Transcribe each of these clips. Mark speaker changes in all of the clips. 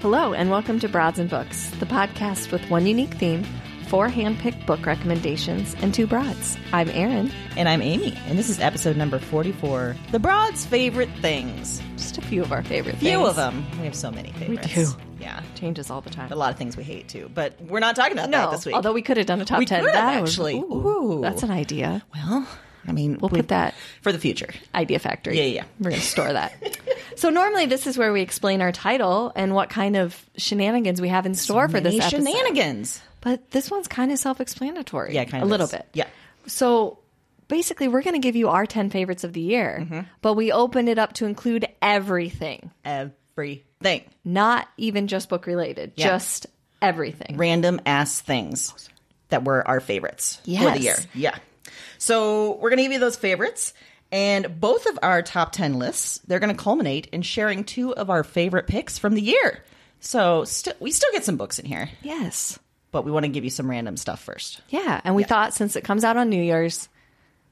Speaker 1: Hello, and welcome to Broads and Books, the podcast with one unique theme, four handpicked book recommendations, and two broads. I'm Erin.
Speaker 2: And I'm Amy, and this is episode number 44 The Broad's Favorite Things.
Speaker 1: Just a few of our favorite
Speaker 2: Few
Speaker 1: things.
Speaker 2: of them. We have so many favorites.
Speaker 1: do.
Speaker 2: Yeah.
Speaker 1: Changes all the time.
Speaker 2: A lot of things we hate too, but we're not talking about that
Speaker 1: No,
Speaker 2: this week.
Speaker 1: although we could have done a top
Speaker 2: We
Speaker 1: 10.
Speaker 2: could have,
Speaker 1: That was-
Speaker 2: actually.
Speaker 1: ooh,
Speaker 2: Ooh.
Speaker 1: That's an idea.
Speaker 2: well, I mean,
Speaker 1: We'll put that
Speaker 2: for the future.
Speaker 1: idea factory.
Speaker 2: Yeah, yeah, yeah.
Speaker 1: We're going to store that. so normally this is where we explain our title and what kind of shenanigans we have in store for this
Speaker 2: Many
Speaker 1: episode.
Speaker 2: shenanigans.
Speaker 1: But this one's kind of self-explanatory.
Speaker 2: Yeah, kind
Speaker 1: a
Speaker 2: of
Speaker 1: little
Speaker 2: is.
Speaker 1: bit.
Speaker 2: Yeah.
Speaker 1: So basically, we're going to give you our 10 favorites of the year,
Speaker 2: Mm-hmm.
Speaker 1: but we open it up to include everything,
Speaker 2: Everything.
Speaker 1: not even just book related,
Speaker 2: Yeah.
Speaker 1: just everything.
Speaker 2: Random ass things that were our favorites for
Speaker 1: Yes.
Speaker 2: the year. Yeah. So we're going to give you those favorites. And both of our top 10 lists, they're going to culminate in sharing two of our favorite picks from the year. So st- we still get some books in here,
Speaker 1: Yes.
Speaker 2: but we want to give you some random stuff first.
Speaker 1: Yeah. And we thought since it comes out on New Year's,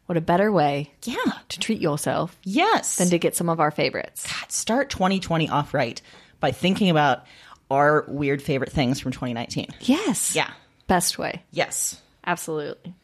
Speaker 1: what a better way
Speaker 2: Yeah.
Speaker 1: to treat yourself
Speaker 2: Yes.
Speaker 1: than to get some of our favorites.
Speaker 2: start 2020 off right by thinking about our weird favorite things from 2019.
Speaker 1: Yes.
Speaker 2: Yeah.
Speaker 1: Best way.
Speaker 2: Yes.
Speaker 1: Absolutely.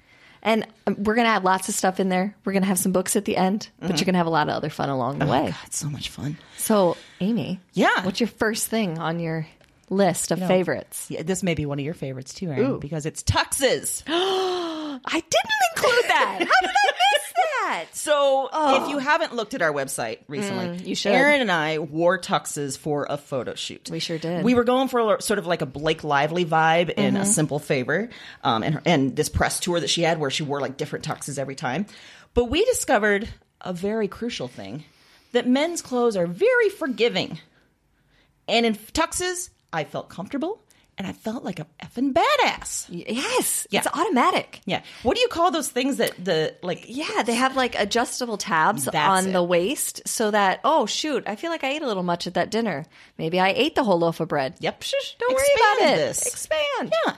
Speaker 1: And um, we're going to have lots of stuff in there. We're going to have some books at the end, but you're going to have a lot of other fun along the way.
Speaker 2: That's so much fun.
Speaker 1: So, Amy.
Speaker 2: Yeah.
Speaker 1: What's your first thing on your list of favorites?
Speaker 2: Yeah, this may be one of your favorites too, Erin, because it's tuxes.
Speaker 1: I didn't include that. How did I miss that?
Speaker 2: So if you haven't looked at our website recently,
Speaker 1: Oh. Mm, you should.
Speaker 2: Aaron and I wore tuxes for a photo shoot.
Speaker 1: We sure did. Mm-hmm.
Speaker 2: We were going for a, sort of like a Blake Lively vibe in a simple favor, um, and her, and this press tour that she had where she wore like different tuxes every time. But we discovered a very crucial thing that men's clothes are very forgiving, and in tuxes, I felt comfortable and I felt like a effing badass.
Speaker 1: Yes,
Speaker 2: Yeah.
Speaker 1: it's automatic.
Speaker 2: Yeah. What do you call those things that the like?
Speaker 1: Yeah, they have like adjustable tabs on
Speaker 2: it.
Speaker 1: the waist so that, oh, shoot, I feel like I ate a little much at that dinner. Maybe I ate the whole loaf of bread.
Speaker 2: Yep.
Speaker 1: Shush, don't worry about
Speaker 2: Expand
Speaker 1: it.
Speaker 2: this.
Speaker 1: Expand.
Speaker 2: Yeah.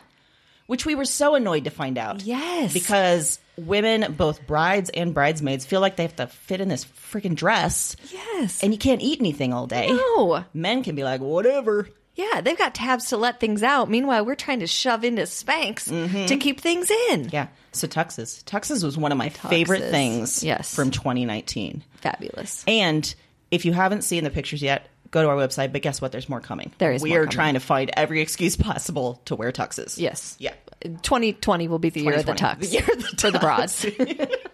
Speaker 2: Which we were so annoyed to find out.
Speaker 1: Yes.
Speaker 2: Because women, both brides and bridesmaids, feel like they have to fit in this freaking dress
Speaker 1: Yes.
Speaker 2: and you can't eat anything all day.
Speaker 1: No.
Speaker 2: Men can be like, whatever.
Speaker 1: Yeah, they've got tabs to let things out. Meanwhile, we're trying to shove into Spanx to keep things in.
Speaker 2: Mm-hmm. Yeah. So tuxes. Tuxes was one of my favorite
Speaker 1: Tuxes.
Speaker 2: things
Speaker 1: Yes.
Speaker 2: from 2019.
Speaker 1: Fabulous.
Speaker 2: And if you haven't seen the pictures yet, go to our website. But guess what? There's more coming.
Speaker 1: There is
Speaker 2: We
Speaker 1: more
Speaker 2: are
Speaker 1: coming.
Speaker 2: trying to find every excuse possible to wear tuxes.
Speaker 1: Yes.
Speaker 2: Yeah.
Speaker 1: 2020 will be the year of the tux.
Speaker 2: 2020. The year of the
Speaker 1: for the broads.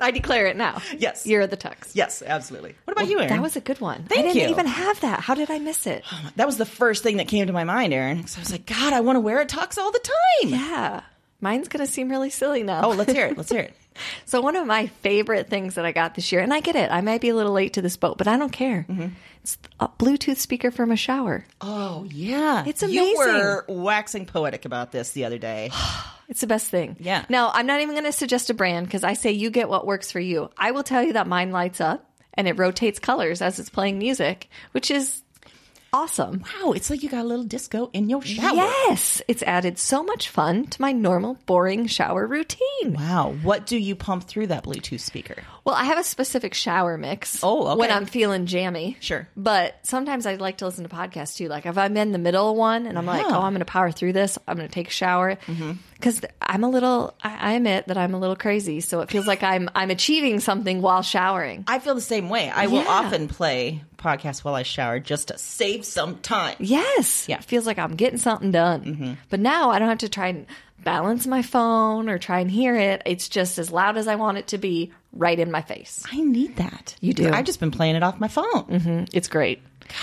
Speaker 1: I declare it now.
Speaker 2: Yes.
Speaker 1: You're the tux.
Speaker 2: Yes, absolutely. What about you, Aaron?
Speaker 1: That was a good one. I
Speaker 2: Thank
Speaker 1: didn't
Speaker 2: you.
Speaker 1: even have that. How did I miss it?
Speaker 2: that was the first thing that came to my mind, Aaron. So I was like, God, I want to wear a tux all the time.
Speaker 1: Yeah. Mine's going to seem really silly now.
Speaker 2: Oh, let's hear it. Let's hear it.
Speaker 1: So one of my favorite things that I got this year, and I get it, I might be a little late to this boat, but I don't care.
Speaker 2: Mm-hmm.
Speaker 1: It's a Bluetooth speaker from a shower.
Speaker 2: Oh yeah,
Speaker 1: It's
Speaker 2: You
Speaker 1: amazing.
Speaker 2: were waxing poetic about this the other day.
Speaker 1: It's the best thing.
Speaker 2: Yeah.
Speaker 1: Now I'm not even going to suggest a brand because I say you get what works for you. I will tell you that mine lights up and it rotates colors as it's playing music, which is awesome.
Speaker 2: Wow, it's like you got a little disco in your shower.
Speaker 1: Yes, it's added so much fun to my normal boring shower routine.
Speaker 2: Wow, what do you pump through that Bluetooth speaker?
Speaker 1: Well, I have a specific shower mix.
Speaker 2: Oh, okay.
Speaker 1: When I'm feeling jammy.
Speaker 2: Sure.
Speaker 1: But sometimes I like to listen to podcasts too. Like if I'm in the middle of one and I'm like, oh, I'm going to power through this, I'm going to take a shower.
Speaker 2: Mm-hmm.
Speaker 1: Because I'm a little, I, I admit that I'm a little crazy. So it feels like I'm I'm achieving something while showering.
Speaker 2: I feel the same way. I will
Speaker 1: Yeah.
Speaker 2: often play podcasts while I shower just to save some time.
Speaker 1: Yes.
Speaker 2: Yeah.
Speaker 1: It feels like I'm getting something done.
Speaker 2: Mm-hmm.
Speaker 1: But now I don't have to try and balance my phone or try and hear it. It's just as loud as I want it to be right in my face.
Speaker 2: I need that.
Speaker 1: You do.
Speaker 2: I've just been playing it off my phone.
Speaker 1: It's great.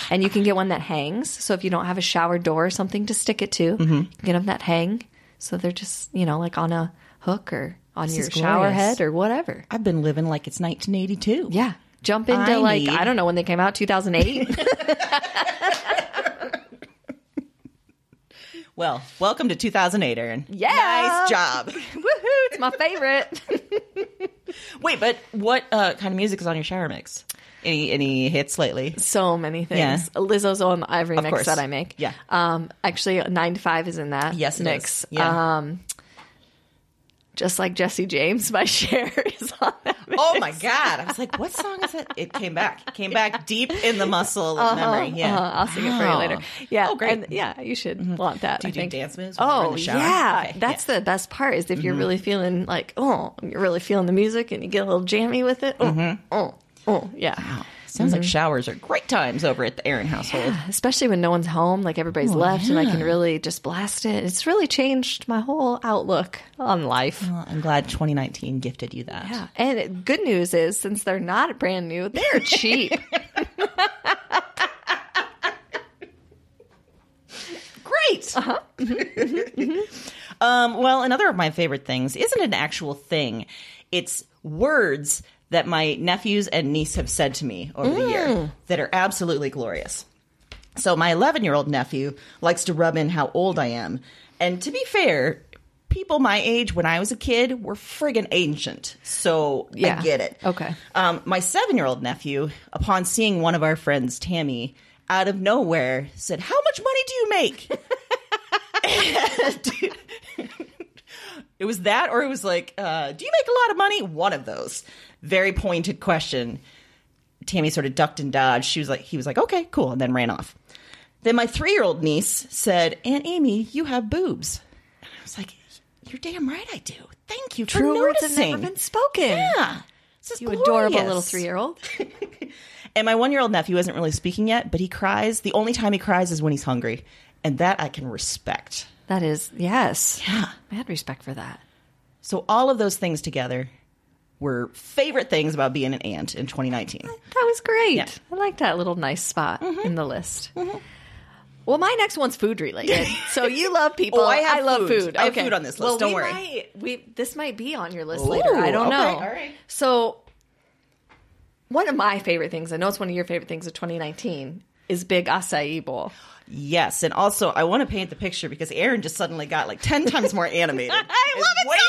Speaker 1: And you can get one that hangs. So if you don't have a shower door or something to stick it to,
Speaker 2: Mm-hmm.
Speaker 1: you can get them that hang. So they're just, you know, like on a hook or on your
Speaker 2: is
Speaker 1: shower
Speaker 2: glorious.
Speaker 1: head or whatever.
Speaker 2: I've been living like it's 1982.
Speaker 1: Yeah. Jump into
Speaker 2: I
Speaker 1: like,
Speaker 2: need-
Speaker 1: I don't know when they came out, 2008.
Speaker 2: Well, welcome to 2008, Aaron.
Speaker 1: Yeah.
Speaker 2: Nice job.
Speaker 1: Woohoo. It's my favorite.
Speaker 2: Wait, but what uh, kind of music is on your shower mix? Any any hits lately?
Speaker 1: so many things.
Speaker 2: Yeah.
Speaker 1: Lizzo's on every mix
Speaker 2: course.
Speaker 1: that I make.
Speaker 2: Yeah.
Speaker 1: Um, actually, 9 to 5 is in that
Speaker 2: Yes, it is.
Speaker 1: mix.
Speaker 2: Yeah.
Speaker 1: Um, just like Jesse James by Cher is on that mix.
Speaker 2: Oh my god! I was like, "What song is it?" It came back, came back deep in the muscle of memory. Yeah,
Speaker 1: Uh, I'll sing it for you
Speaker 2: Wow.
Speaker 1: later. Yeah.
Speaker 2: Oh, great. Mm-hmm.
Speaker 1: And, yeah, you should want that.
Speaker 2: Do
Speaker 1: I
Speaker 2: you do
Speaker 1: think.
Speaker 2: dance moves while you're in
Speaker 1: Oh
Speaker 2: the shower?
Speaker 1: yeah,
Speaker 2: Okay, Mm-hmm.
Speaker 1: that's the best part is if you're really feeling like oh you're really feeling the music and you get a little jammy with it. Oh oh oh yeah.
Speaker 2: Mm-hmm. Wow. Sounds like showers are great times over at the Aaron household.
Speaker 1: Especially when no one's home, like everybody's
Speaker 2: Oh,
Speaker 1: left, and I can really just blast it. It's really changed my whole outlook on life.
Speaker 2: Well, I'm glad 2019 gifted you that.
Speaker 1: Yeah. And good news is, since they're not brand new, they're cheap.
Speaker 2: Great.
Speaker 1: Uh-huh. Mm-hmm.
Speaker 2: um, well, another of my favorite things isn't an actual thing. It's words that my nephews and niece have said to me over the
Speaker 1: Mm.
Speaker 2: year that are absolutely glorious. So my 11-year-old nephew likes to rub in how old I am. And to be fair, people my age when I was a kid were friggin' ancient. So
Speaker 1: Yeah.
Speaker 2: I get it.
Speaker 1: Okay.
Speaker 2: Um, my seven year old nephew, upon seeing one of our friends, Tammy, out of nowhere said, How much money do you make? And- it was that, or it was like, uh, Do you make a lot of money? One of those. Very pointed question. Tammy sort of ducked and dodged. She was like, He was like, Okay, cool, and then ran off. Then my three year old niece said, Aunt Amy, you have boobs. And I was like, You're damn right I do. Thank you for
Speaker 1: True words have
Speaker 2: noticing.
Speaker 1: never been spoken.
Speaker 2: Yeah. This is
Speaker 1: You adorable
Speaker 2: glorious.
Speaker 1: little three-year-old.
Speaker 2: And my one year old nephew isn't really speaking yet, but he cries. The only time he cries is when he's hungry. And that I can respect.
Speaker 1: That is yes.
Speaker 2: Yeah.
Speaker 1: I had respect for that.
Speaker 2: So all of those things together were favorite things about being an aunt in 2019.
Speaker 1: That was great.
Speaker 2: Yeah. Mm-hmm.
Speaker 1: I like that little nice spot in the list. Well, my next one's food related. So you love people.
Speaker 2: Oh, I have
Speaker 1: love
Speaker 2: food.
Speaker 1: food.
Speaker 2: I have food on this list.
Speaker 1: Well,
Speaker 2: Don't
Speaker 1: we
Speaker 2: worry.
Speaker 1: might- we this might be on your list
Speaker 2: Ooh,
Speaker 1: later. I don't
Speaker 2: okay.
Speaker 1: know.
Speaker 2: All right.
Speaker 1: So one of my favorite things, I know it's one of your favorite things of 2019, is big acai bowl.
Speaker 2: Yes. And also, I want to paint the picture because Aaron just suddenly got like 10 times more animated. I
Speaker 1: love it
Speaker 2: so much.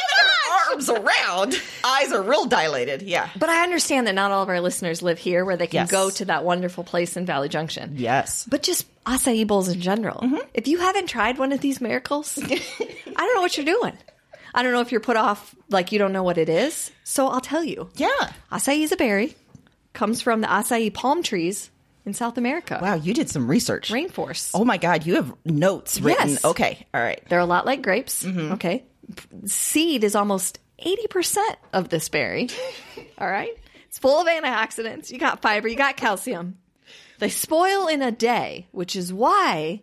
Speaker 2: Arms around. Eyes are real dilated. Yeah.
Speaker 1: But I understand that not all of our listeners live here where they can
Speaker 2: Yes.
Speaker 1: go to that wonderful place in Valley Junction.
Speaker 2: Yes.
Speaker 1: but just acai bowls in general. If you haven't tried one of these miracles, I don't know what you're doing. I don't know if you're put off like you don't know what it is. So I'll tell you.
Speaker 2: Yeah.
Speaker 1: Acai is a berry, comes from the acai palm trees in South America.
Speaker 2: Wow. You did some research.
Speaker 1: Rainforest.
Speaker 2: Oh my God. You have notes written.
Speaker 1: Yes.
Speaker 2: Okay. All right.
Speaker 1: They're a lot like grapes. Okay. P- Seed is almost 80% of this berry. All right. It's full of antioxidants. You got fiber, you got calcium. They spoil in a day, which is why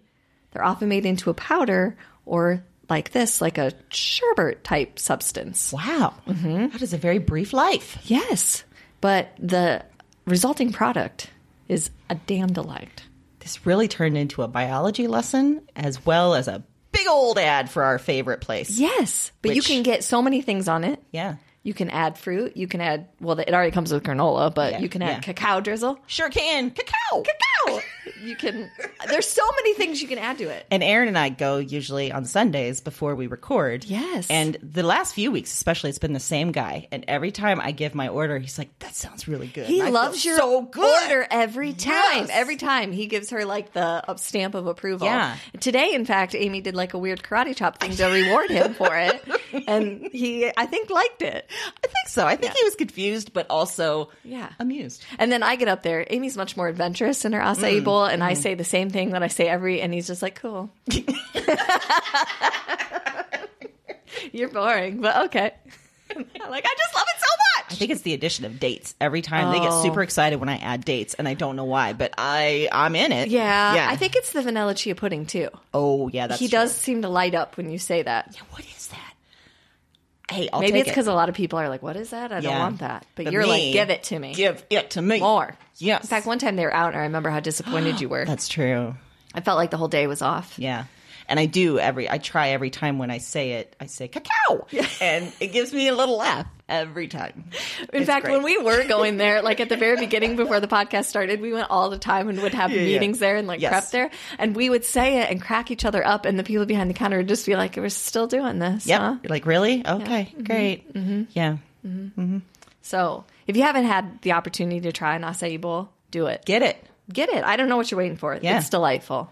Speaker 1: they're often made into a powder or like this, like a sherbet type substance.
Speaker 2: Wow. That is a very brief life.
Speaker 1: Yes, but the resulting product is a damn delight.
Speaker 2: This really turned into a biology lesson as well as a big old ad for our favorite place.
Speaker 1: Yes, but you
Speaker 2: Which-
Speaker 1: can get so many things on it.
Speaker 2: Yeah.
Speaker 1: You can add fruit. You can add, well, it already comes with granola, but
Speaker 2: Yeah,
Speaker 1: you can add
Speaker 2: yeah.
Speaker 1: cacao drizzle.
Speaker 2: Sure can. Cacao.
Speaker 1: Cacao! you can, there's so many things you can add to it.
Speaker 2: And Aaron and I go usually on Sundays before we record.
Speaker 1: Yes.
Speaker 2: And the last few weeks, especially, it's been the same guy. And every time I give my order, he's like, "That sounds really good."
Speaker 1: He
Speaker 2: And I feel
Speaker 1: loves your
Speaker 2: so good.
Speaker 1: order every time.
Speaker 2: Yes.
Speaker 1: Every time he gives her like the up- stamp of approval.
Speaker 2: Yeah.
Speaker 1: Today, in fact, Amy did like a weird karate chop thing to reward him for it, and he, I think, liked it.
Speaker 2: I think so. I think he was confused, but also
Speaker 1: Yeah.
Speaker 2: amused.
Speaker 1: And then I get up there. Amy's much more adventurous in her acai bowl, and I say the same thing that I say every, and he's just like, "Cool." You're boring, but okay. I'm like I just love it so
Speaker 2: I
Speaker 1: much.
Speaker 2: think it's the addition of dates. Every time they get
Speaker 1: Oh.
Speaker 2: super excited when I add dates, and I don't know why, but I I'm in it.
Speaker 1: Yeah, I think it's the vanilla chia pudding too.
Speaker 2: Oh yeah, that's
Speaker 1: he
Speaker 2: true.
Speaker 1: does seem to light up when you say that.
Speaker 2: What is that? Hey, I'll
Speaker 1: Maybe
Speaker 2: take
Speaker 1: it's because a lot of people are like, "What is that? I don't
Speaker 2: Yeah.
Speaker 1: want that." But,
Speaker 2: But
Speaker 1: you're
Speaker 2: me,
Speaker 1: like, "Give it to me,
Speaker 2: give it to me
Speaker 1: more."
Speaker 2: Yes,
Speaker 1: In fact, one time they were out, and I remember how disappointed you were.
Speaker 2: that's true.
Speaker 1: I felt like the whole day was off.
Speaker 2: Yeah. And I do every, I try every time when I say it, I say cacao. And it gives me a little laugh every time.
Speaker 1: In
Speaker 2: It's
Speaker 1: fact,
Speaker 2: great.
Speaker 1: when we were going there, like at the very beginning before the podcast started, we went all the time and would have meetings there and like
Speaker 2: Yes.
Speaker 1: prep there, and we would say it and crack each other up, and the people behind the counter would just be like, "We're still doing this."
Speaker 2: Yep.
Speaker 1: huh?"
Speaker 2: You're like, really? Okay, great. Yeah.
Speaker 1: So if you haven't had the opportunity to try an acai bowl, do it.
Speaker 2: Get it.
Speaker 1: Get it. I don't know what you're waiting for.
Speaker 2: Yeah.
Speaker 1: It's delightful.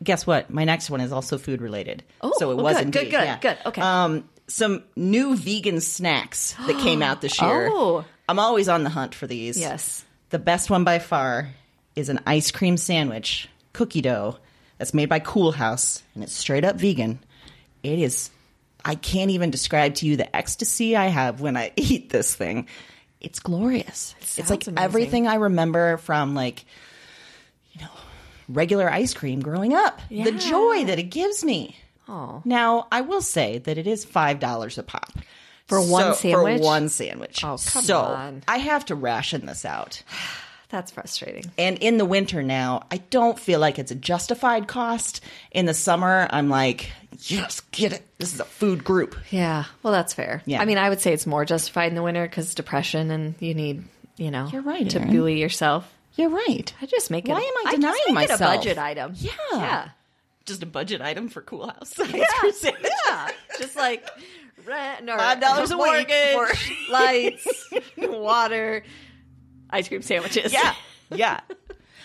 Speaker 2: Guess what? My next one is also food related.
Speaker 1: Oh,
Speaker 2: so it
Speaker 1: well,
Speaker 2: was
Speaker 1: good,
Speaker 2: indeed.
Speaker 1: good, good,
Speaker 2: yeah.
Speaker 1: good. Okay.
Speaker 2: Um, some new vegan snacks that came out this year.
Speaker 1: Oh.
Speaker 2: I'm always on the hunt for these.
Speaker 1: Yes.
Speaker 2: The best one by far is an ice cream sandwich, cookie dough, that's made by Cool House, and it's straight up vegan. It is, I can't even describe to you the ecstasy I have when I eat this thing. It's glorious. it's like
Speaker 1: sounds amazing.
Speaker 2: everything I remember from like, you know, regular ice cream growing up. The joy that it gives me.
Speaker 1: Oh.
Speaker 2: Now, I will say that it is $5 a pop.
Speaker 1: For one sandwich?
Speaker 2: For one sandwich. Oh,
Speaker 1: come
Speaker 2: so
Speaker 1: on.
Speaker 2: I have to ration this out.
Speaker 1: That's frustrating.
Speaker 2: And in the winter now, I don't feel like it's a justified cost. In the summer, I'm like, yes, get it. This is a food group.
Speaker 1: Yeah. Well, that's fair.
Speaker 2: Yeah.
Speaker 1: I mean, I would say it's more justified in the winter because depression and you need, you know,
Speaker 2: You're right,
Speaker 1: to
Speaker 2: Erin.
Speaker 1: buoy yourself.
Speaker 2: You're right.
Speaker 1: I just make it.
Speaker 2: Why
Speaker 1: a-
Speaker 2: am I
Speaker 1: just
Speaker 2: denying
Speaker 1: make it
Speaker 2: myself?
Speaker 1: a budget item.
Speaker 2: Yeah.
Speaker 1: Yeah.
Speaker 2: Just a budget item for Cool House.
Speaker 1: Yeah. just like rent or
Speaker 2: $5 a week
Speaker 1: mortgage, lights, water, ice cream sandwiches.
Speaker 2: Yeah. Yeah.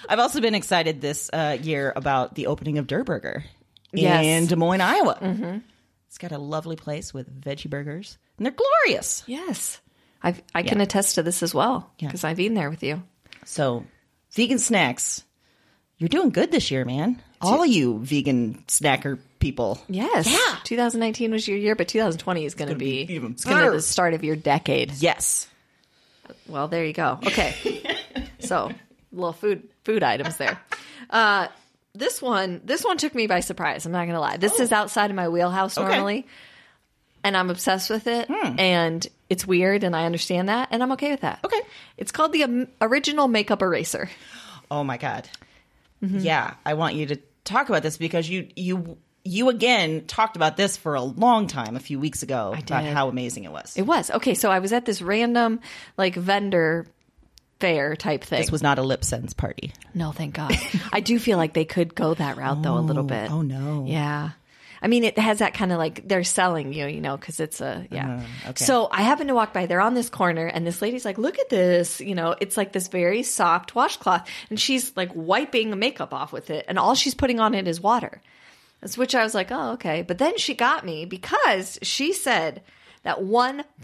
Speaker 2: I've also been excited this uh, year about the opening of Der Burger
Speaker 1: Yes. Mm-hmm.
Speaker 2: in Des Moines, Iowa. It's got a lovely place with veggie burgers, and they're glorious.
Speaker 1: Yes. I've, I can attest to this as well because I've been there with you.
Speaker 2: So, vegan snacks, you're doing good this year, man. All of you vegan snacker people.
Speaker 1: Yes. Yeah. 2019 was your year, but 2020 is going to be,
Speaker 2: even
Speaker 1: it's going to be
Speaker 2: better.
Speaker 1: the start of your decade.
Speaker 2: Yes.
Speaker 1: Well, there you go. Okay. so, little food food items there. Uh this one this one took me by surprise. I'm not going to lie. This is outside of my wheelhouse normally. And I'm obsessed with it and it's weird and I understand that and I'm okay with that.
Speaker 2: Okay.
Speaker 1: It's called the um, original makeup eraser.
Speaker 2: Oh my god.
Speaker 1: Mm-hmm.
Speaker 2: Yeah, I want you to talk about this because you you you again talked about this for a long time a few weeks ago about
Speaker 1: did.
Speaker 2: how amazing it was.
Speaker 1: It was. Okay, so I was at this random like vendor fair type thing.
Speaker 2: this was not a lip sense party.
Speaker 1: No, thank God. I do feel like they could go that route though a little bit.
Speaker 2: Oh no.
Speaker 1: Yeah. I mean, it has that kind of like they're selling you, you know, because it's a, yeah.
Speaker 2: Uh-huh.
Speaker 1: So I happen to walk by, they're on this corner, and this lady's like, look at this, you know, it's like this very soft washcloth. And she's like wiping makeup off with it, and all she's putting on it is water. That's Which I was like, oh, okay. But then she got me because she said that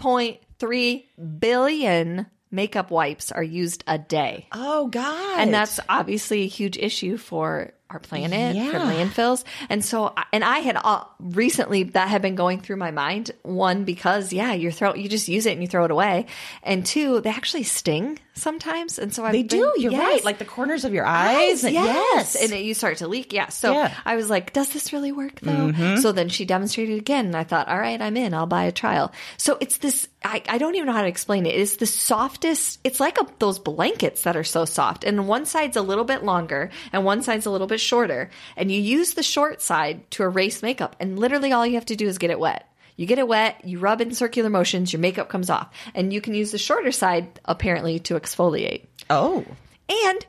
Speaker 1: 1.3 billion makeup wipes are used a day.
Speaker 2: Oh god.
Speaker 1: And that's obviously a huge issue for our planet, for
Speaker 2: Yeah.
Speaker 1: landfills. And so, I- and I had uh, recently that had been going through my mind. One, because yeah, you throw, you just use it and you throw it away. And two, they actually sting. sometimes, and so I
Speaker 2: They do. You're right. Like the corners of your eyes. and-
Speaker 1: yes.
Speaker 2: yes.
Speaker 1: and it, you start to leak. Yeah. So
Speaker 2: Yeah. Mm-hmm.
Speaker 1: I was like, "Does this really work, though?" So then she demonstrated again, and I thought, "All right, I'm in. I'll buy a trial." So it's this. I, I don't even know how to explain it. It's the softest. It's like a, those blankets that are so soft, and one side's a little bit longer, and one side's a little bit shorter. And you use the short side to erase makeup, and literally all you have to do is get it wet. You get it wet, you rub in circular motions, your makeup comes off. And you can use the shorter side apparently to exfoliate
Speaker 2: oh.
Speaker 1: and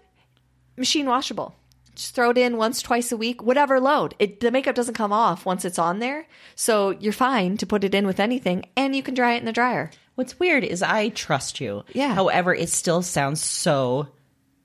Speaker 1: machine washable. Just throw it in once, twice a week, whatever load. It, the makeup doesn't come off once it's on there, so you're fine to put it in with anything, and you can dry it in the dryer.
Speaker 2: What's weird is I trust you.
Speaker 1: Yeah.
Speaker 2: However, it still sounds so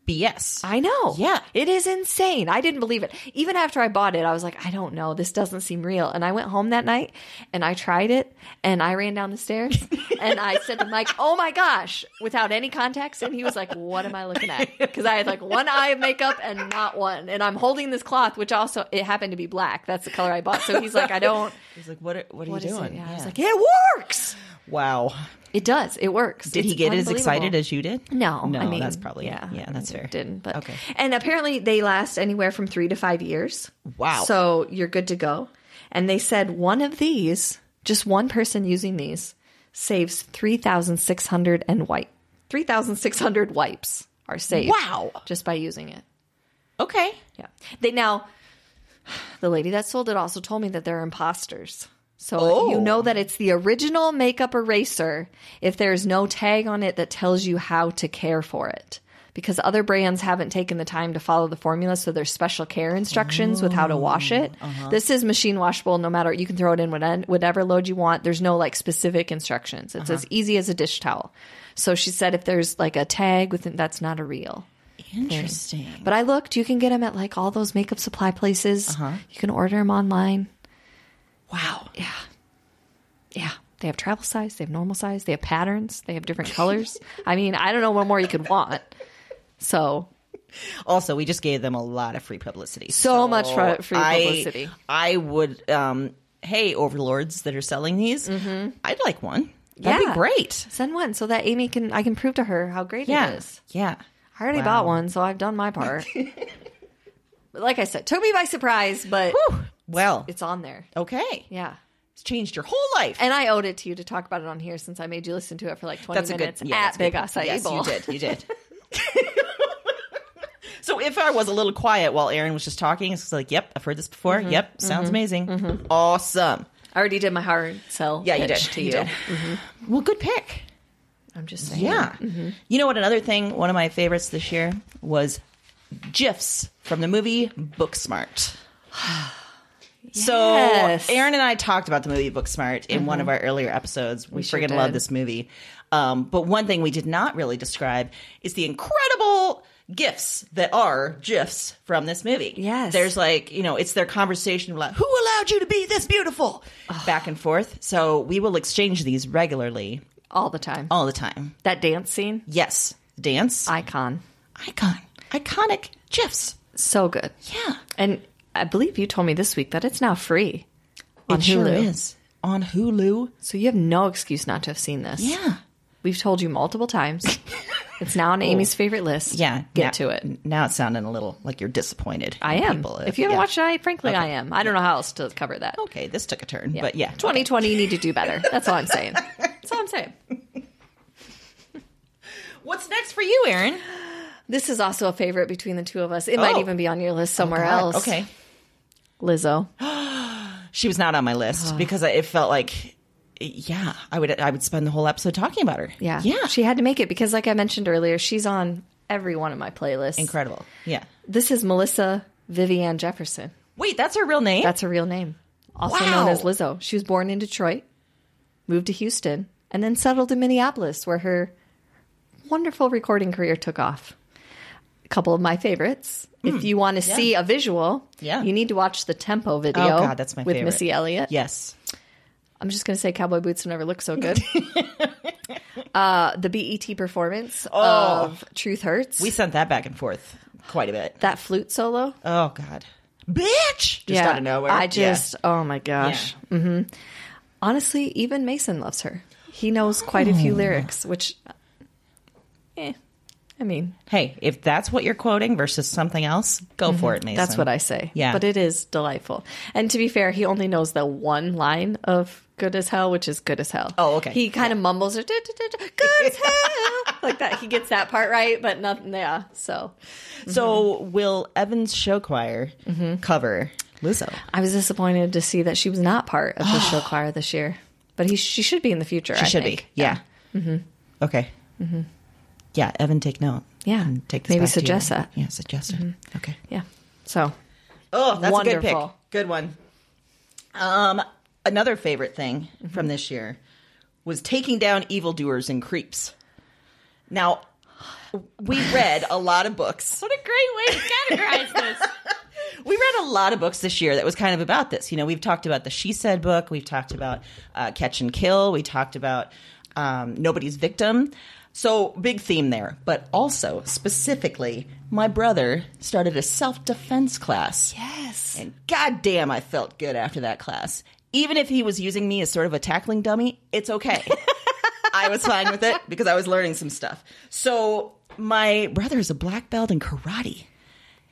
Speaker 2: BS.
Speaker 1: I know.
Speaker 2: Yeah.
Speaker 1: It is insane. I didn't believe it. Even after I bought it, I was like, I don't know. This doesn't seem real. And I went home that night and I tried it and I ran down the stairs and I said to Mike, Oh my gosh, without any context. And he was like, What am I looking at? Because I had like one eye of makeup and not one. And I'm holding this cloth, which also it happened to be black. That's the color I bought. So he's like, I don't.
Speaker 2: He's like, what are, what are
Speaker 1: What
Speaker 2: you
Speaker 1: is
Speaker 2: doing?
Speaker 1: it? Yeah. I was
Speaker 2: Yeah.
Speaker 1: like, It works.
Speaker 2: wow.
Speaker 1: It does. It works.
Speaker 2: Did he
Speaker 1: It's
Speaker 2: get as
Speaker 1: unbelievable.
Speaker 2: excited as you did?
Speaker 1: No,
Speaker 2: No,
Speaker 1: I mean,
Speaker 2: that's probably yeah. Yeah, that's fair.
Speaker 1: Didn't, but
Speaker 2: Okay.
Speaker 1: And apparently, they last anywhere from three to five years.
Speaker 2: Wow.
Speaker 1: So you're good to go. And they said one of these, just one person using these, saves three thousand six hundred and wipe three thousand six hundred wipes are saved.
Speaker 2: Wow.
Speaker 1: Just by using it.
Speaker 2: Okay.
Speaker 1: Yeah. They now the lady that sold it also told me that they're imposters. So you know that it's the original makeup eraser if there's no tag on it that tells you how to care for it. Because other brands haven't taken the time to follow the formula, so there's special care instructions with how to wash it. This is machine washable, no matter you can throw it in whatever whatever load you want. There's no like specific instructions. It's as easy as a dish towel. So she said if there's like a tag with it, that's not a real.
Speaker 2: Interesting.
Speaker 1: But I looked. You can get them at like all those makeup supply places.
Speaker 2: Uh-huh.
Speaker 1: You can order them online.
Speaker 2: Wow.
Speaker 1: Yeah, yeah. They have travel size. They have normal size. They have patterns. They have different colors. I mean, I don't know what more you could want. So
Speaker 2: Also, we just gave them a lot of free publicity.
Speaker 1: So much fr- free
Speaker 2: I-
Speaker 1: publicity.
Speaker 2: I, would. Um, hey, overlords that are selling these, I'd like one.
Speaker 1: Mm-hmm.
Speaker 2: That'd
Speaker 1: Yeah.
Speaker 2: be great.
Speaker 1: send one so that Amy can. I can prove to her how great it
Speaker 2: Yeah.
Speaker 1: is.
Speaker 2: Yeah.
Speaker 1: I already bought one, so I've done my part. but like I said, took me by surprise, but
Speaker 2: Whew. Well,
Speaker 1: it's on there.
Speaker 2: okay.
Speaker 1: Yeah.
Speaker 2: It's changed your whole life.
Speaker 1: And I owed it to you to talk about it on here since I made you listen to it for like 20
Speaker 2: that's a good.
Speaker 1: minutes
Speaker 2: Yeah,
Speaker 1: at
Speaker 2: that's a
Speaker 1: Big
Speaker 2: good-
Speaker 1: Acai
Speaker 2: Yes,
Speaker 1: Bowl.
Speaker 2: you did. You did. so if I was a little quiet while Aaron was just talking, it's like, yep, I've heard this before. Yep, sounds amazing. Awesome.
Speaker 1: I already did my hard sell.
Speaker 2: Mm-hmm. Yeah, you did.
Speaker 1: pitch To you,
Speaker 2: You did. Mm-hmm. Well, good pick.
Speaker 1: I'm just saying.
Speaker 2: Yeah. Mm-hmm. You know what? Another thing, one of my favorites this year was GIFs from the movie Booksmart.
Speaker 1: Yes.
Speaker 2: So, Aaron and I talked about the movie Booksmart in one of our earlier episodes. We,
Speaker 1: Mm-hmm. sure
Speaker 2: friggin'
Speaker 1: did.
Speaker 2: love this movie. Um, but one thing we did not really describe is the incredible gifts that are GIFs from this movie.
Speaker 1: Yes.
Speaker 2: There's like, you know, it's their conversation like, who allowed you to be this beautiful? Back and forth. So, we will exchange these regularly
Speaker 1: all the time.
Speaker 2: all the time.
Speaker 1: That dance scene,
Speaker 2: Yes. Dance.
Speaker 1: icon,
Speaker 2: Icon. Iconic GIFs.
Speaker 1: so good.
Speaker 2: Yeah.
Speaker 1: And I believe you told me this week that it's now free on
Speaker 2: it
Speaker 1: Hulu,
Speaker 2: sure is. On Hulu.
Speaker 1: so you have no excuse not to have seen this.
Speaker 2: Yeah.
Speaker 1: we've told you multiple times. it's now on Amy's favorite list.
Speaker 2: Yeah.
Speaker 1: get
Speaker 2: now-
Speaker 1: to it.
Speaker 2: Now it's sounding a little like you're disappointed.
Speaker 1: I
Speaker 2: in
Speaker 1: am.
Speaker 2: people.
Speaker 1: if you haven't
Speaker 2: yeah. Oh.
Speaker 1: watched it, I, frankly, I am. I don't know how else to cover that.
Speaker 2: Okay, this took a turn. But yeah.
Speaker 1: 2020, you need to do better. That's all I'm saying. That's all I'm saying.
Speaker 2: What's next for you, Aaron?
Speaker 1: This is also a favorite between the two of us. It might
Speaker 2: Oh.
Speaker 1: even be on your list somewhere else.
Speaker 2: Uh, Okay.
Speaker 1: Lizzo.
Speaker 2: She was not on my list because I, it felt like yeah, I would I would spend the whole episode talking about her.
Speaker 1: Yeah.
Speaker 2: Yeah.
Speaker 1: She had to make it because, like I mentioned earlier, she's on every one of my playlists.
Speaker 2: incredible. Yeah.
Speaker 1: This is Melissa Vivian Jefferson.
Speaker 2: Wait, that's her real name?
Speaker 1: That's her real name. Also
Speaker 2: Wow.
Speaker 1: known as Lizzo. She was born in Detroit, moved to Houston, and then settled in Minneapolis, where her wonderful recording career took off. A couple of my favorites. if you want to see a visual,
Speaker 2: Hmm. Yeah.
Speaker 1: you need to watch the Tempo video.
Speaker 2: Oh, God, that's my
Speaker 1: with
Speaker 2: favorite.
Speaker 1: Missy Elliott.
Speaker 2: yes.
Speaker 1: I'm just going to say cowboy boots will never look so good. uh, the BET performance of Truth Hurts.
Speaker 2: Oh. We sent that back and forth quite a bit.
Speaker 1: that flute solo.
Speaker 2: Oh God, bitch! Just
Speaker 1: yeah.
Speaker 2: out of nowhere.
Speaker 1: I
Speaker 2: Yeah.
Speaker 1: just, oh my gosh. hmm Honestly,
Speaker 2: Oh.
Speaker 1: even Mason loves her. He knows quite a few lyrics, which, eh, I mean,
Speaker 2: Hey, if that's what you're quoting versus something else, go for it, Mason.
Speaker 1: Mm-hmm. that's what I say.
Speaker 2: Yeah.
Speaker 1: But it is delightful. And to be fair, he only knows the one line of good as hell, which is good as hell.
Speaker 2: Oh, okay.
Speaker 1: He kind of mumbles it, "Duh, duh, duh, duh, good as hell. Like that. He gets that part right, but nothing. Yeah. So mm-hmm.
Speaker 2: So will Evans Show Choir cover Lizzo?
Speaker 1: I was disappointed to see that she was not part of the show choir this year. But he, she should be in the future.
Speaker 2: She should be. Yeah.
Speaker 1: Mm-hmm.
Speaker 2: Okay. Yeah, Evan, take note.
Speaker 1: Yeah.
Speaker 2: And take this
Speaker 1: Maybe
Speaker 2: back to you.
Speaker 1: suggest that. Mm-hmm.
Speaker 2: Yeah, suggest it. Okay.
Speaker 1: Yeah. So
Speaker 2: Oh, that's a good
Speaker 1: Wonderful.
Speaker 2: pick. Good one. Um, another favorite thing from this year was taking down evildoers and creeps. Now, we read a lot of books.
Speaker 3: What a great way to categorize this.
Speaker 2: We read a lot of books this year that was kind of about this. You know, we've talked about the She Said book, we've talked about uh, Catch and Kill, we talked about um, Nobody's Victim. So, big theme there. But also, specifically, my brother started a self defense class. Yes. And goddamn, I felt good after that class. Even if he was using me as sort of a tackling dummy, it's okay. I was fine with it because I was learning some stuff. So, my brother is a black belt in karate.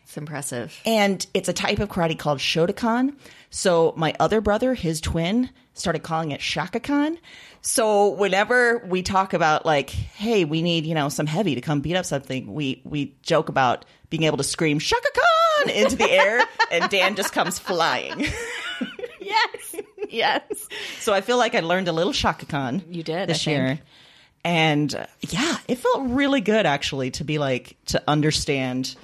Speaker 1: it's impressive.
Speaker 2: And it's a type of karate called Shotokan. So my other brother, his twin, started calling it Shakakan. So whenever we talk about like, hey, we need, you know, some heavy to come beat up something, we we joke about being able to scream Shakakan into the air and Dan just comes flying.
Speaker 1: Yes. yes.
Speaker 2: So I feel like I learned a little Shakakan.
Speaker 1: You did, I
Speaker 2: this
Speaker 1: think.
Speaker 2: year. And uh, yeah, it felt really good actually to be like to understand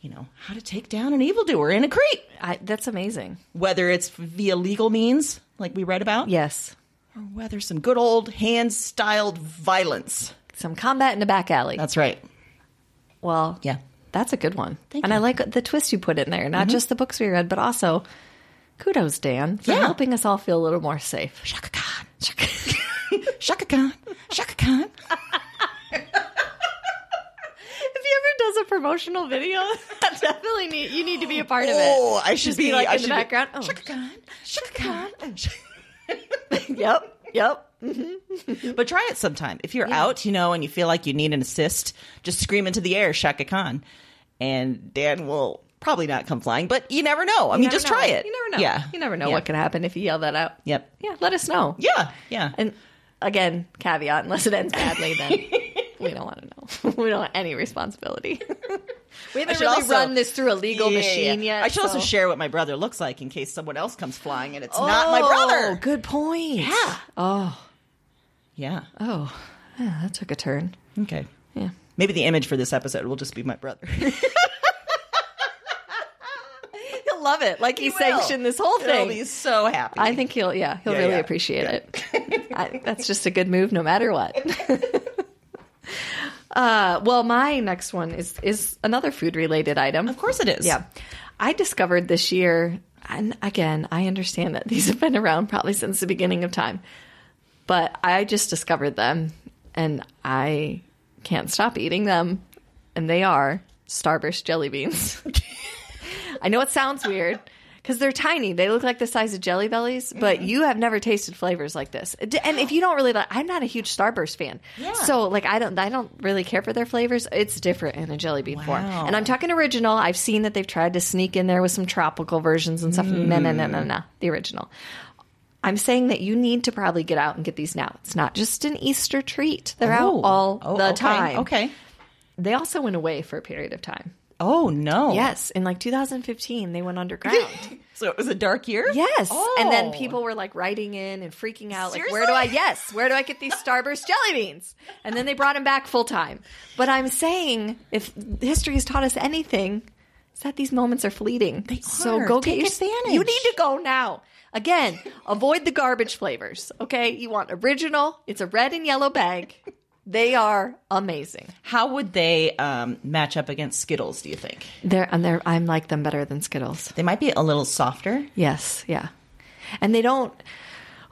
Speaker 2: you know, how to take down an evildoer in a creep.
Speaker 1: I, that's amazing.
Speaker 2: whether it's via legal means, like we read about,
Speaker 1: Yes.
Speaker 2: or whether some good old hand styled violence.
Speaker 1: Some combat in a back alley.
Speaker 2: That's right.
Speaker 1: well,
Speaker 2: Yeah.
Speaker 1: That's a good one.
Speaker 2: Thank
Speaker 1: and I
Speaker 2: you.
Speaker 1: like the twist you Mm-hmm. put in there, not just the books we read, but also kudos, Dan, for
Speaker 2: Yeah.
Speaker 1: helping us all feel a little more safe.
Speaker 2: Shaka Khan. Shaka, Shaka Khan. Shaka Khan.
Speaker 1: If he ever does a promotional video, that definitely need, you need to be a part
Speaker 2: Oh, I should
Speaker 1: Just
Speaker 2: be,
Speaker 1: be, like,
Speaker 2: I
Speaker 1: in the
Speaker 2: should
Speaker 1: background. Oh.
Speaker 2: Be, Shaka Khan. Shaka Khan.
Speaker 1: of it. Yep. Yep.
Speaker 2: but try it sometime. If you're out, you know, and you feel like you need an assist, just scream into the air, Shaka Khan. And Dan will probably not come flying, but you never know. I mean,
Speaker 1: never
Speaker 2: just
Speaker 1: know.
Speaker 2: try it.
Speaker 1: You never know.
Speaker 2: Yeah.
Speaker 1: You never know
Speaker 2: Yeah.
Speaker 1: what could happen if you yell that out.
Speaker 2: Yep.
Speaker 1: Yeah, let us know.
Speaker 2: Yeah. Yeah.
Speaker 1: And again, caveat, unless it ends badly, then we don't want to know. we don't want any responsibility. we haven't
Speaker 2: should
Speaker 1: really
Speaker 2: also-
Speaker 1: run this through a legal
Speaker 2: Yeah, yeah,
Speaker 1: machine
Speaker 2: yeah.
Speaker 1: yet.
Speaker 2: I should also
Speaker 1: so-
Speaker 2: share what my brother looks like in case someone else comes flying and it's not my brother.
Speaker 1: Oh, good point.
Speaker 2: Yeah.
Speaker 1: Oh.
Speaker 2: Yeah.
Speaker 1: Oh. Yeah, that took a turn.
Speaker 2: Okay.
Speaker 1: Yeah.
Speaker 2: Maybe the image for this episode will just be my brother.
Speaker 1: He'll love it. Like he,
Speaker 2: will.
Speaker 1: sanctioned this whole
Speaker 2: He'll
Speaker 1: thing.
Speaker 2: be so happy.
Speaker 1: I think he'll, yeah, he'll
Speaker 2: Yeah,
Speaker 1: really
Speaker 2: yeah.
Speaker 1: appreciate it. I, that's just a good move, no matter what. uh, well, my next one is is another food related item.
Speaker 2: Of course it is.
Speaker 1: Yeah. I discovered this year, and again, I understand that these have been around probably since the beginning of time, but I just discovered them and I can't stop eating them. And they are Starburst jelly beans. I know it sounds weird because they're tiny. They look like the size of jelly bellies, but you have never tasted flavors like this. D- And if you don't really like, I'm not a huge Starburst fan, so like I don't, I don't really care for their flavors. It's different in a jelly bean form,
Speaker 2: Wow.
Speaker 1: and I'm talking original. I've seen that they've tried to sneak in there with some tropical versions and stuff. No, no, no, no, no, the original. I'm saying that you need to probably get out and get these now. It's not just an Easter treat. They're
Speaker 2: Oh.
Speaker 1: out all
Speaker 2: Oh,
Speaker 1: the
Speaker 2: okay.
Speaker 1: time.
Speaker 2: Okay.
Speaker 1: They also went away for a period of time.
Speaker 2: Oh no.
Speaker 1: Yes, in like 2015, they went underground.
Speaker 2: So it was a dark year.
Speaker 1: Yes.
Speaker 2: Oh.
Speaker 1: And then people were like writing in and freaking out, like, where
Speaker 2: Seriously?
Speaker 1: do I, yes, where do I get these Starburst jelly beans? And then they brought them back full time. But I'm saying, if history has taught us anything, it's that these moments are fleeting. They So
Speaker 2: are.
Speaker 1: go get
Speaker 2: Take
Speaker 1: your
Speaker 2: advantage.
Speaker 1: You need to go now. Again, avoid the garbage flavors, okay? You want original, it's a red and yellow bag. They are amazing.
Speaker 2: How would they um, match up against Skittles? Do you think
Speaker 1: They're, and they're, I'm like them better than Skittles.
Speaker 2: they might be a little softer?
Speaker 1: Yes, yeah. And they don't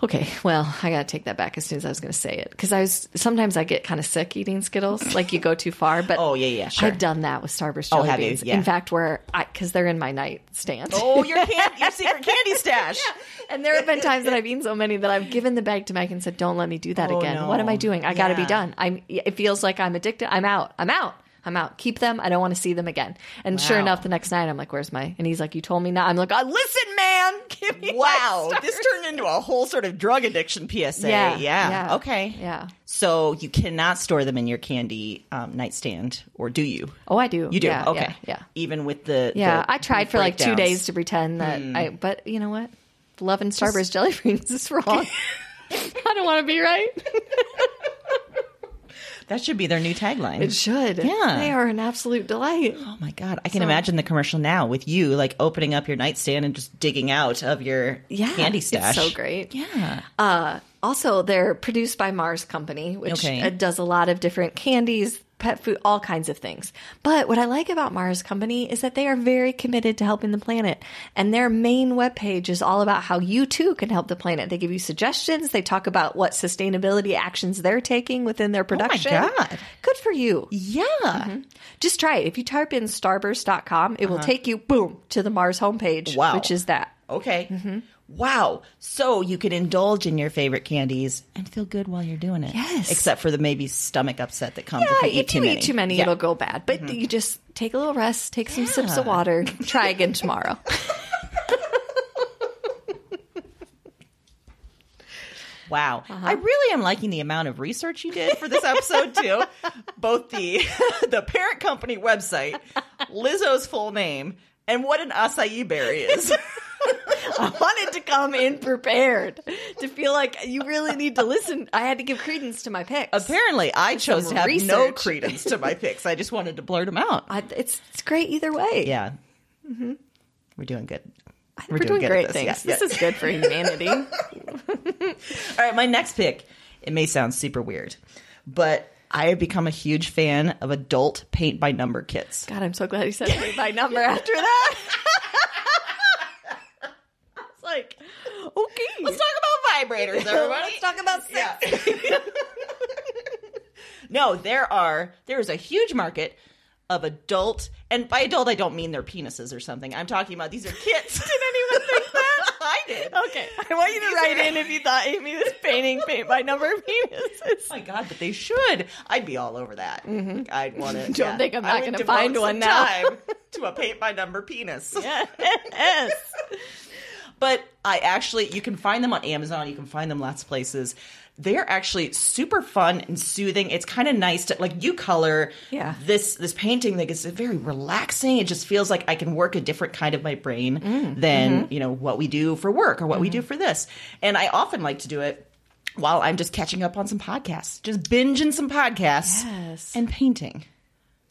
Speaker 1: Okay, well, I gotta take that back as soon as I was gonna say it because I was sometimes I get kind of sick eating Skittles, like you go too far. But
Speaker 2: Oh, yeah, yeah, sure.
Speaker 1: I've done that with Starburst
Speaker 2: Oh,
Speaker 1: jelly
Speaker 2: have you?
Speaker 1: beans.
Speaker 2: Yeah.
Speaker 1: In fact, where I because they're in my nightstand.
Speaker 2: Oh, your can- your secret candy stash.
Speaker 1: And there have been times that I've eaten so many that I've given the bag to Mike and said, "Don't let me do that
Speaker 2: Oh,
Speaker 1: again.
Speaker 2: no.
Speaker 1: What am I doing? I got to be
Speaker 2: Yeah.
Speaker 1: done. I'm. It feels like I'm addicted. I'm out. I'm out. I'm out. Keep them. I don't want to see them again." And sure
Speaker 2: Wow.
Speaker 1: enough, the next night I'm like, "Where's my?" And he's like, "You told me not." I'm like, oh, "Listen, man, give me
Speaker 2: Wow, this turned into a whole sort of drug addiction PSA. Yeah, okay,
Speaker 1: yeah."
Speaker 2: So you cannot store them in your candy um, nightstand, or do you?
Speaker 1: Oh, I do.
Speaker 2: You do.
Speaker 1: Yeah,
Speaker 2: okay.
Speaker 1: Yeah. yeah.
Speaker 2: Even with the
Speaker 1: Yeah,
Speaker 2: the
Speaker 1: I tried for like two
Speaker 2: breakdowns. Hmm.
Speaker 1: days to pretend that I, but you know what? Love and Starburst jelly beans is wrong. I don't want to be right.
Speaker 2: That should be their new tagline.
Speaker 1: It should.
Speaker 2: Yeah.
Speaker 1: They are an absolute delight.
Speaker 2: Oh my god, I can imagine the commercial now with you like opening up your nightstand and just digging out of your
Speaker 1: Yeah.
Speaker 2: candy stash.
Speaker 1: It's so great.
Speaker 2: Yeah.
Speaker 1: Also, they're produced by Mars Company, which
Speaker 2: Okay.
Speaker 1: uh, does a lot of different candies, pet food, all kinds of things. But what I like about Mars Company is that they are very committed to helping the planet. And their main webpage is all about how you too can help the planet. They give you suggestions, they talk about what sustainability actions they're taking within their production.
Speaker 2: Oh God.
Speaker 1: Good for you.
Speaker 2: Yeah.
Speaker 1: Mm-hmm. Just try it. If you type in starburst.com, it will take you, boom, to the Mars homepage,
Speaker 2: Uh-huh. Wow.
Speaker 1: which is that.
Speaker 2: Okay.
Speaker 1: Mm-hmm.
Speaker 2: Wow. So you could indulge in your favorite candies and feel good while you're doing it.
Speaker 1: Yes.
Speaker 2: Except for the maybe stomach upset that comes if you eat
Speaker 1: if
Speaker 2: too
Speaker 1: you
Speaker 2: many.
Speaker 1: eat too many, Mm-hmm.
Speaker 2: Yeah.
Speaker 1: it'll go bad. But you just take a little rest, take some sips of water, try again tomorrow.
Speaker 2: Wow.
Speaker 1: Uh-huh.
Speaker 2: I really am liking the amount of research you did for this episode too. Both the the parent company website, Lizzo's full name, and what an acai berry is.
Speaker 1: I wanted to come in prepared to feel like you really need to listen. I had to give credence to my picks.
Speaker 2: Apparently, I chose to have no
Speaker 1: research. Uh-huh.
Speaker 2: credence to my picks. I just wanted to blurt them out.
Speaker 1: I, it's it's great either way.
Speaker 2: Yeah. We're doing good.
Speaker 1: we're,
Speaker 2: doing
Speaker 1: doing,
Speaker 2: good at
Speaker 1: great
Speaker 2: this.
Speaker 1: things.
Speaker 2: Yeah,
Speaker 1: This is good for humanity.
Speaker 2: All right, my next pick. It may sound super weird, but I have become a huge fan of adult paint by number kits.
Speaker 1: God, I'm so glad you said it by number after that. It's like okay.
Speaker 2: Let's talk about vibrators, everybody.
Speaker 1: Let's talk about sex.
Speaker 2: No, there are there is a huge market of adult, and by adult I don't mean their penises or something. I'm talking about these are kits. did anyone think that? I did.
Speaker 1: Okay, I want you to write in if you thought Amy was painting paint by number of penises. Mm-hmm.
Speaker 2: Oh my god, but they should. I'd be all over that. I'd want to. Don't
Speaker 1: think I'm not gonna find one now.
Speaker 2: to a paint by number penis.
Speaker 1: Yes.
Speaker 2: But I actually, you can find them on Amazon. You can find them lots of places. They're actually super fun and soothing. It's kind of nice to like you color
Speaker 1: Yeah.
Speaker 2: this this painting that gets very relaxing. It just feels like I can work a different kind of my brain
Speaker 1: Mm,
Speaker 2: than
Speaker 1: mm-hmm.
Speaker 2: you know what we do for work or what we do for this. And I often like to do it while I'm just catching up on some podcasts, just binging some podcasts
Speaker 1: Yes.
Speaker 2: and painting.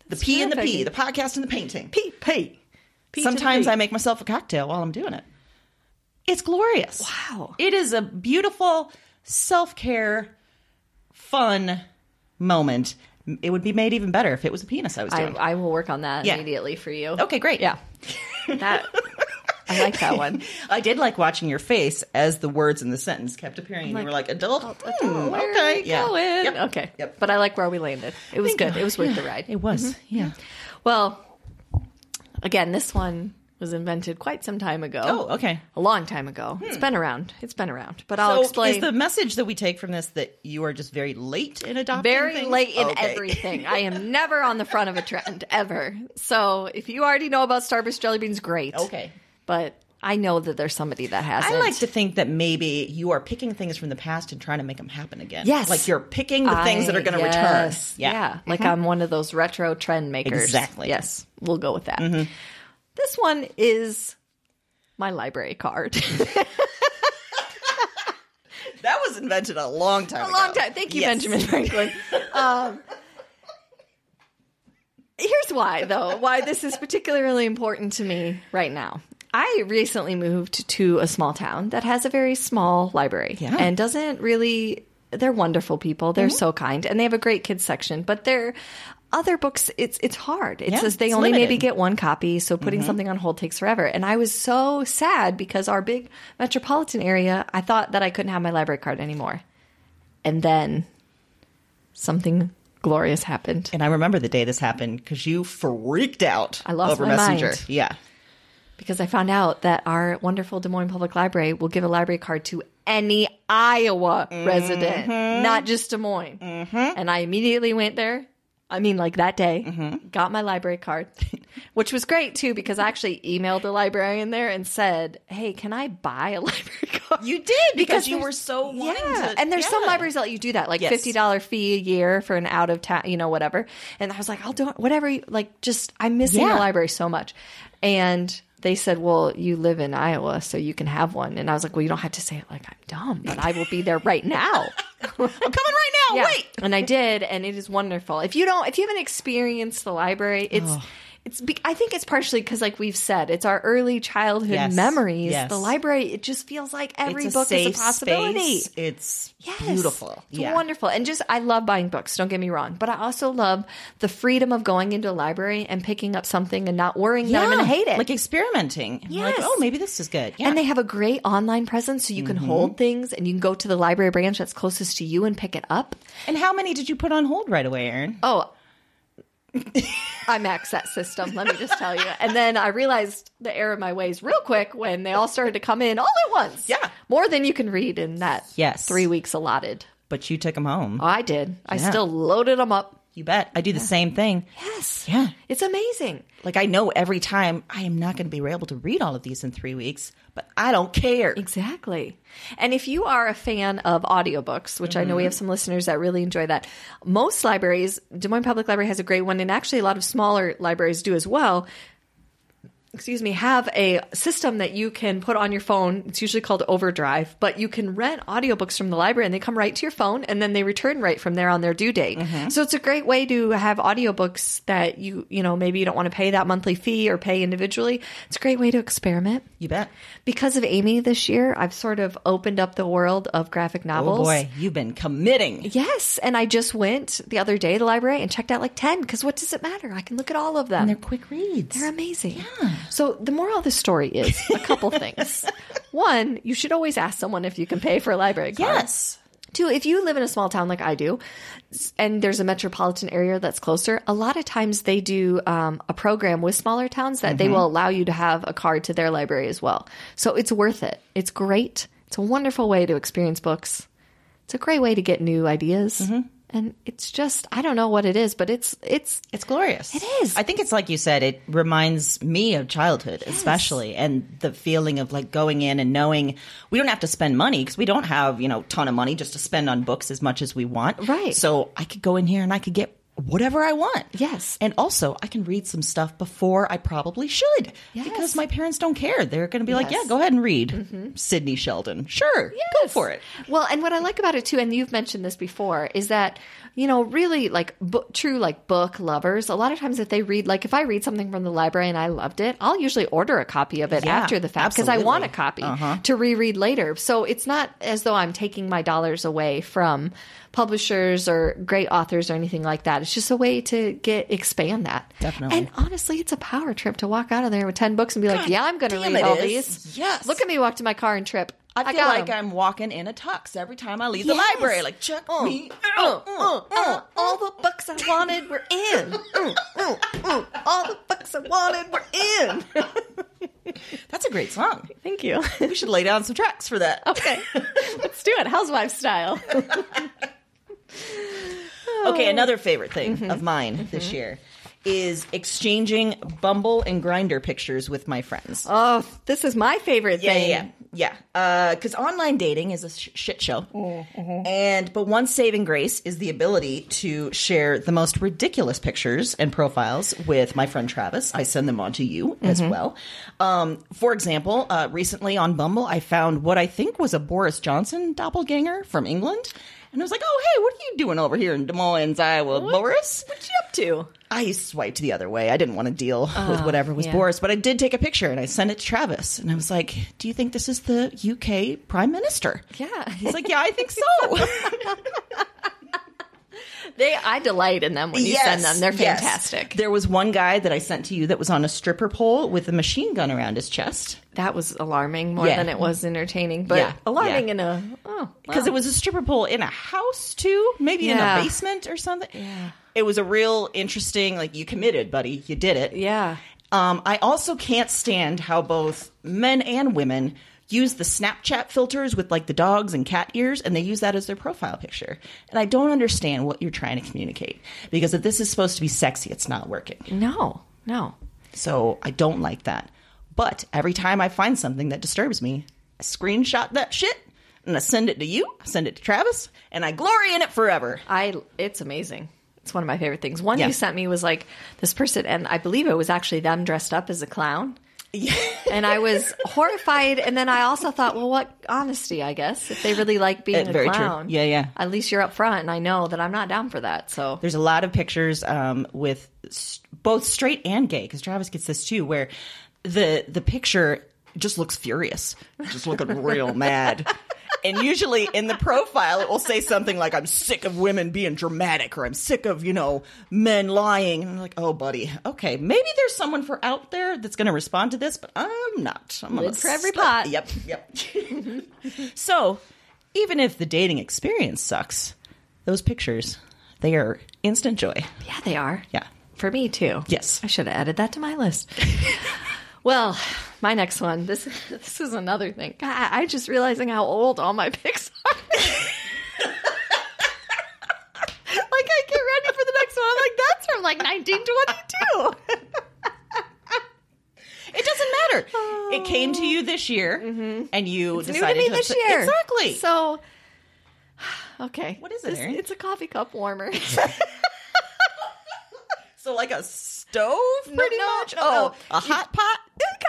Speaker 2: the P and the P, the
Speaker 1: perfect.
Speaker 2: podcast and the painting. P P.
Speaker 1: P to the
Speaker 2: Sometimes
Speaker 1: P.
Speaker 2: I make myself a cocktail while I'm doing it. It's glorious.
Speaker 1: Wow.
Speaker 2: It is a beautiful self care, fun moment. It would be made even better if it was a penis I was
Speaker 1: I,
Speaker 2: doing.
Speaker 1: I will work on that
Speaker 2: Yeah.
Speaker 1: immediately for you.
Speaker 2: okay, great.
Speaker 1: Yeah. That I like that one.
Speaker 2: I did like watching your face as the words in the sentence kept appearing. and you were like, adult? hmm,
Speaker 1: Where
Speaker 2: okay.
Speaker 1: are you
Speaker 2: yeah.
Speaker 1: going?
Speaker 2: Yep.
Speaker 1: Okay.
Speaker 2: Yep.
Speaker 1: But I like where we landed. It was
Speaker 2: Thank
Speaker 1: good.
Speaker 2: you.
Speaker 1: It was worth
Speaker 2: Yeah.
Speaker 1: the ride. Mm-hmm.
Speaker 2: It was. Yeah.
Speaker 1: Well, again, this one was invented quite some time ago.
Speaker 2: Oh, okay. Hmm.
Speaker 1: A long time ago. It's been around. It's been around. But
Speaker 2: So
Speaker 1: I'll explain.
Speaker 2: is the message that we take from this that you are just very late in adopting
Speaker 1: very
Speaker 2: things?
Speaker 1: late in
Speaker 2: Okay.
Speaker 1: everything. I am never on the front of a trend ever. So if you already know about Starburst jelly beans, great.
Speaker 2: Okay.
Speaker 1: but I know that there's somebody that hasn't.
Speaker 2: I like to think that maybe you are picking things from the past and trying to make them happen again.
Speaker 1: Yes.
Speaker 2: Like you're picking the things that are going to
Speaker 1: Yes.
Speaker 2: return. Mm-hmm.
Speaker 1: Yeah, like I'm one of those retro trend makers.
Speaker 2: Exactly. Mm-hmm.
Speaker 1: Yes, we'll go with that. This one is my library card.
Speaker 2: That was invented a long time
Speaker 1: a long time. Thank you,
Speaker 2: Yes.
Speaker 1: Benjamin Franklin. Um, here's why, though, why this is particularly important to me right now. I recently moved to a small town that has a very small library
Speaker 2: Yeah. Mm-hmm.
Speaker 1: and doesn't really. They're wonderful people. They're so kind, and they have a great kids section. But they're other books it's it's hard. It
Speaker 2: Yeah,
Speaker 1: says they
Speaker 2: it's
Speaker 1: only maybe
Speaker 2: limited. Mm-hmm.
Speaker 1: get one copy, so putting something on hold takes forever. And I was so sad because our big metropolitan area, I thought that I couldn't have my library card anymore. And then something glorious happened.
Speaker 2: And I remember the day this happened because you freaked out
Speaker 1: I lost
Speaker 2: over
Speaker 1: my mind.
Speaker 2: Messenger. Yeah.
Speaker 1: because I found out that our wonderful Des Moines Public Library will give a library card to any Iowa resident,
Speaker 2: Mm-hmm.
Speaker 1: not just Des Moines. And I immediately went there. I mean, like that day,
Speaker 2: Mm-hmm.
Speaker 1: got my library card, which was great too, because I actually emailed the librarian there and said, Hey, can I buy a library card?
Speaker 2: You did because, you
Speaker 1: there's-
Speaker 2: were so wanting
Speaker 1: yeah.
Speaker 2: to.
Speaker 1: And there's some
Speaker 2: yeah.
Speaker 1: libraries that let you do that, like
Speaker 2: Yes.
Speaker 1: fifty dollar fee a year for an out of town, you know, whatever. And I was like, I'll do it, whatever. you- Like, just I'm missing
Speaker 2: Yeah.
Speaker 1: the library so much. And they said, Well, you live in Iowa, so you can have one. And I was like, Well, you don't have to say it like I'm dumb, but I will be there right now.
Speaker 2: I'm coming right now.
Speaker 1: Yeah.
Speaker 2: Oh, Wait.
Speaker 1: And I did, and it is wonderful. If you don't, if you haven't experienced the library, it's. It's. be- I think it's partially because, like we've said, it's our early childhood
Speaker 2: Yes.
Speaker 1: memories.
Speaker 2: Yes.
Speaker 1: The library. It just feels like every
Speaker 2: it's a
Speaker 1: book
Speaker 2: safe
Speaker 1: is a possibility.
Speaker 2: Space. It's
Speaker 1: Yes.
Speaker 2: beautiful.
Speaker 1: It's
Speaker 2: yeah.
Speaker 1: wonderful. And just, I love buying books, don't get me wrong. But I also love the freedom of going into a library and picking up something and not worrying that I'm going to hate it.
Speaker 2: Like experimenting. Yes. Like,
Speaker 1: Yes.
Speaker 2: oh, maybe this is good. Yeah.
Speaker 1: and they have a great online presence so you
Speaker 2: Mm-hmm.
Speaker 1: can hold things and you can go to the library branch that's closest to you and pick it up.
Speaker 2: and how many did you put on hold right away, Erin?
Speaker 1: Oh, I maxed that system, let me just tell you. And then I realized the error of my ways real quick when they all started to come in all at once.
Speaker 2: Yeah.
Speaker 1: More than you can read in that
Speaker 2: Yes.
Speaker 1: three weeks allotted.
Speaker 2: But you took them home.
Speaker 1: Oh, I did. I
Speaker 2: Yeah.
Speaker 1: still loaded them up.
Speaker 2: You bet. I do the same thing.
Speaker 1: Yes.
Speaker 2: Yeah.
Speaker 1: It's amazing.
Speaker 2: Like I know every time I am not going to be able to read all of these in three weeks, but I don't care.
Speaker 1: Exactly. And if you are a fan of audiobooks, which I know we have some listeners that really enjoy that, most libraries, Des Moines Public Library has a great one, and actually a lot of smaller libraries do as well. Excuse me, have a system that you can put on your phone. It's usually called Overdrive, but you can rent audiobooks from the library and they come right to your phone and then they return right from there on their due date. So it's a great way to have audiobooks that you, you know, maybe you don't want to pay that monthly fee or pay individually. It's a great way to experiment
Speaker 2: You bet.
Speaker 1: because of Amy this year, I've sort of opened up the world of graphic novels.
Speaker 2: Oh boy, you've been committing.
Speaker 1: Yes, and I just went the other day to the library and checked out like 10 because what does it matter? I can look at all of them.
Speaker 2: They're quick reads.
Speaker 1: They're amazing. Yeah. So the moral of the story is a couple things. One, you should always ask someone if you can pay for a library card.
Speaker 2: Yes.
Speaker 1: Two, if you live in a small town like I do, s- and there's a metropolitan area that's closer, a lot of times they do um, a program with smaller towns that they will allow you to have a card to their library as well. So it's worth it. It's great. It's a wonderful way to experience books. It's a great way to get new ideas. And it's just, I don't know what it is, but it's, it's,
Speaker 2: It's glorious. It
Speaker 1: is.
Speaker 2: I think it's like you said, it reminds me of childhood, especially, and the feeling of like going in and knowing we don't have to spend money because we don't have, you know, ton of money just to spend on books as much as we want.
Speaker 1: Right.
Speaker 2: So I could go in here and I could get whatever I want.
Speaker 1: Yes.
Speaker 2: And also, I can read some stuff before I probably should
Speaker 1: Yes.
Speaker 2: because my parents don't care. They're going to be like,
Speaker 1: Yes. Mm-hmm.
Speaker 2: yeah, go ahead and read Sydney Sheldon. Sure. Go for it.
Speaker 1: Well, and what I like about it too, and you've mentioned this before, is that you know, really like bo- true like book lovers. A lot of times, if they read, like if I read something from the library and I loved it, I'll usually order a copy of it
Speaker 2: Yeah,
Speaker 1: after the fact because I want a
Speaker 2: absolutely. Uh-huh.
Speaker 1: copy to reread later. So it's not as though I'm taking my dollars away from publishers or great authors or anything like that. It's just a way to get expand that.
Speaker 2: Definitely.
Speaker 1: And honestly, it's a power trip to walk out of there with ten books and be like, yeah, I'm going to
Speaker 2: damn,
Speaker 1: read
Speaker 2: it
Speaker 1: all
Speaker 2: is.
Speaker 1: these.
Speaker 2: Yes.
Speaker 1: Look at me walk to my car and trip.
Speaker 2: I feel
Speaker 1: got 'em.
Speaker 2: like I'm walking in a tux every time I leave
Speaker 1: Yes.
Speaker 2: the library. Like, check me
Speaker 1: Uh, uh, uh, all the books I wanted were in. Uh, uh, uh, all the books I wanted were in.
Speaker 2: That's a great song.
Speaker 1: Thank you.
Speaker 2: We should lay down some tracks for that.
Speaker 1: Okay, let's do it, housewife style.
Speaker 2: Okay, another favorite thing
Speaker 1: Mm-hmm.
Speaker 2: of mine this year is exchanging Bumble and Grinder pictures with my friends.
Speaker 1: Oh, this is my favorite
Speaker 2: yeah, yeah, yeah, yeah. Because online dating is a sh- shit show,
Speaker 1: Mm-hmm.
Speaker 2: and but one saving grace is the ability to share the most ridiculous pictures and profiles with my friend Travis. I send them on to you as
Speaker 1: Mm-hmm.
Speaker 2: well. Um, for example, uh, recently on Bumble, I found what I think was a Boris Johnson doppelganger from England. And I was like, "Oh, hey, what are you doing over here in Des Moines, Iowa, Boris?
Speaker 1: What you up to? Oh,
Speaker 2: I swiped the other way. I didn't want to deal with whatever was Boris, but I did take a picture and I sent it to Travis. And I was like, Do you think this is the UK Prime Minister?
Speaker 1: Yeah.
Speaker 2: He's like, Yeah, I think so.
Speaker 1: They, I delight in them when you send them. They're
Speaker 2: yes.
Speaker 1: fantastic.
Speaker 2: There was one guy that I sent to you that was on a stripper pole with a machine gun around his chest
Speaker 1: that was alarming more
Speaker 2: Yeah.
Speaker 1: than it was entertaining, but
Speaker 2: Yeah.
Speaker 1: alarming
Speaker 2: Yeah.
Speaker 1: in a oh
Speaker 2: because it was a stripper pole in a house too, maybe in
Speaker 1: Yeah.
Speaker 2: a basement or something. Yeah. It was a real interesting like you committed, buddy. You did it.
Speaker 1: yeah.
Speaker 2: Um, I also can't stand how both men and women use the Snapchat filters with like the dogs and cat ears, and they use that as their profile picture. And I don't understand what you're trying to communicate because if this is supposed to be sexy, it's not working.
Speaker 1: No, no.
Speaker 2: So I don't like that. But every time I find something that disturbs me, I screenshot that shit and I send it to you, I send it to Travis, and I glory in it forever.
Speaker 1: I it's amazing. It's one of my favorite things. One
Speaker 2: Yeah.
Speaker 1: you sent me was like this person, and I believe it was actually them dressed up as a clown. and I was horrified, and then I also thought, well, what honesty, I guess, if they really like being
Speaker 2: Eh,
Speaker 1: a
Speaker 2: very true.
Speaker 1: clown,
Speaker 2: Yeah, yeah.
Speaker 1: At least you're up front, and I know that I'm not down for that. So
Speaker 2: There's a lot of pictures um, with s both straight and gay because Travis gets this too, where the the picture just looks furious, just looking real mad. And usually in the profile, it will say something like, "I'm sick of women being dramatic," or "I'm sick of you know men lying." And I'm like, "Oh, buddy, okay, maybe there's someone for out there that's going to respond to this, but I'm not. I'm gonna
Speaker 1: Lid for every
Speaker 2: stop-
Speaker 1: pot.
Speaker 2: Yep, yep. so even if the dating experience sucks, those pictures they are instant joy.
Speaker 1: yeah, they are.
Speaker 2: Yeah.
Speaker 1: for me too.
Speaker 2: Yes.
Speaker 1: I should have added that to my list. well, my next one. This this is another thing. God, I'm just realizing how old all my picks are. like I get ready for the next one. I'm like, that's from like 1922.
Speaker 2: It doesn't matter. it came to you this year, and you
Speaker 1: Mm-hmm. It's new to
Speaker 2: decided
Speaker 1: me this year.
Speaker 2: Exactly.
Speaker 1: So, okay.
Speaker 2: What is it,
Speaker 1: This-
Speaker 2: Erin?
Speaker 1: It's a coffee cup warmer.
Speaker 2: so like a stove, pretty
Speaker 1: no,
Speaker 2: much.
Speaker 1: no,
Speaker 2: oh,
Speaker 1: no.
Speaker 2: a hot pot.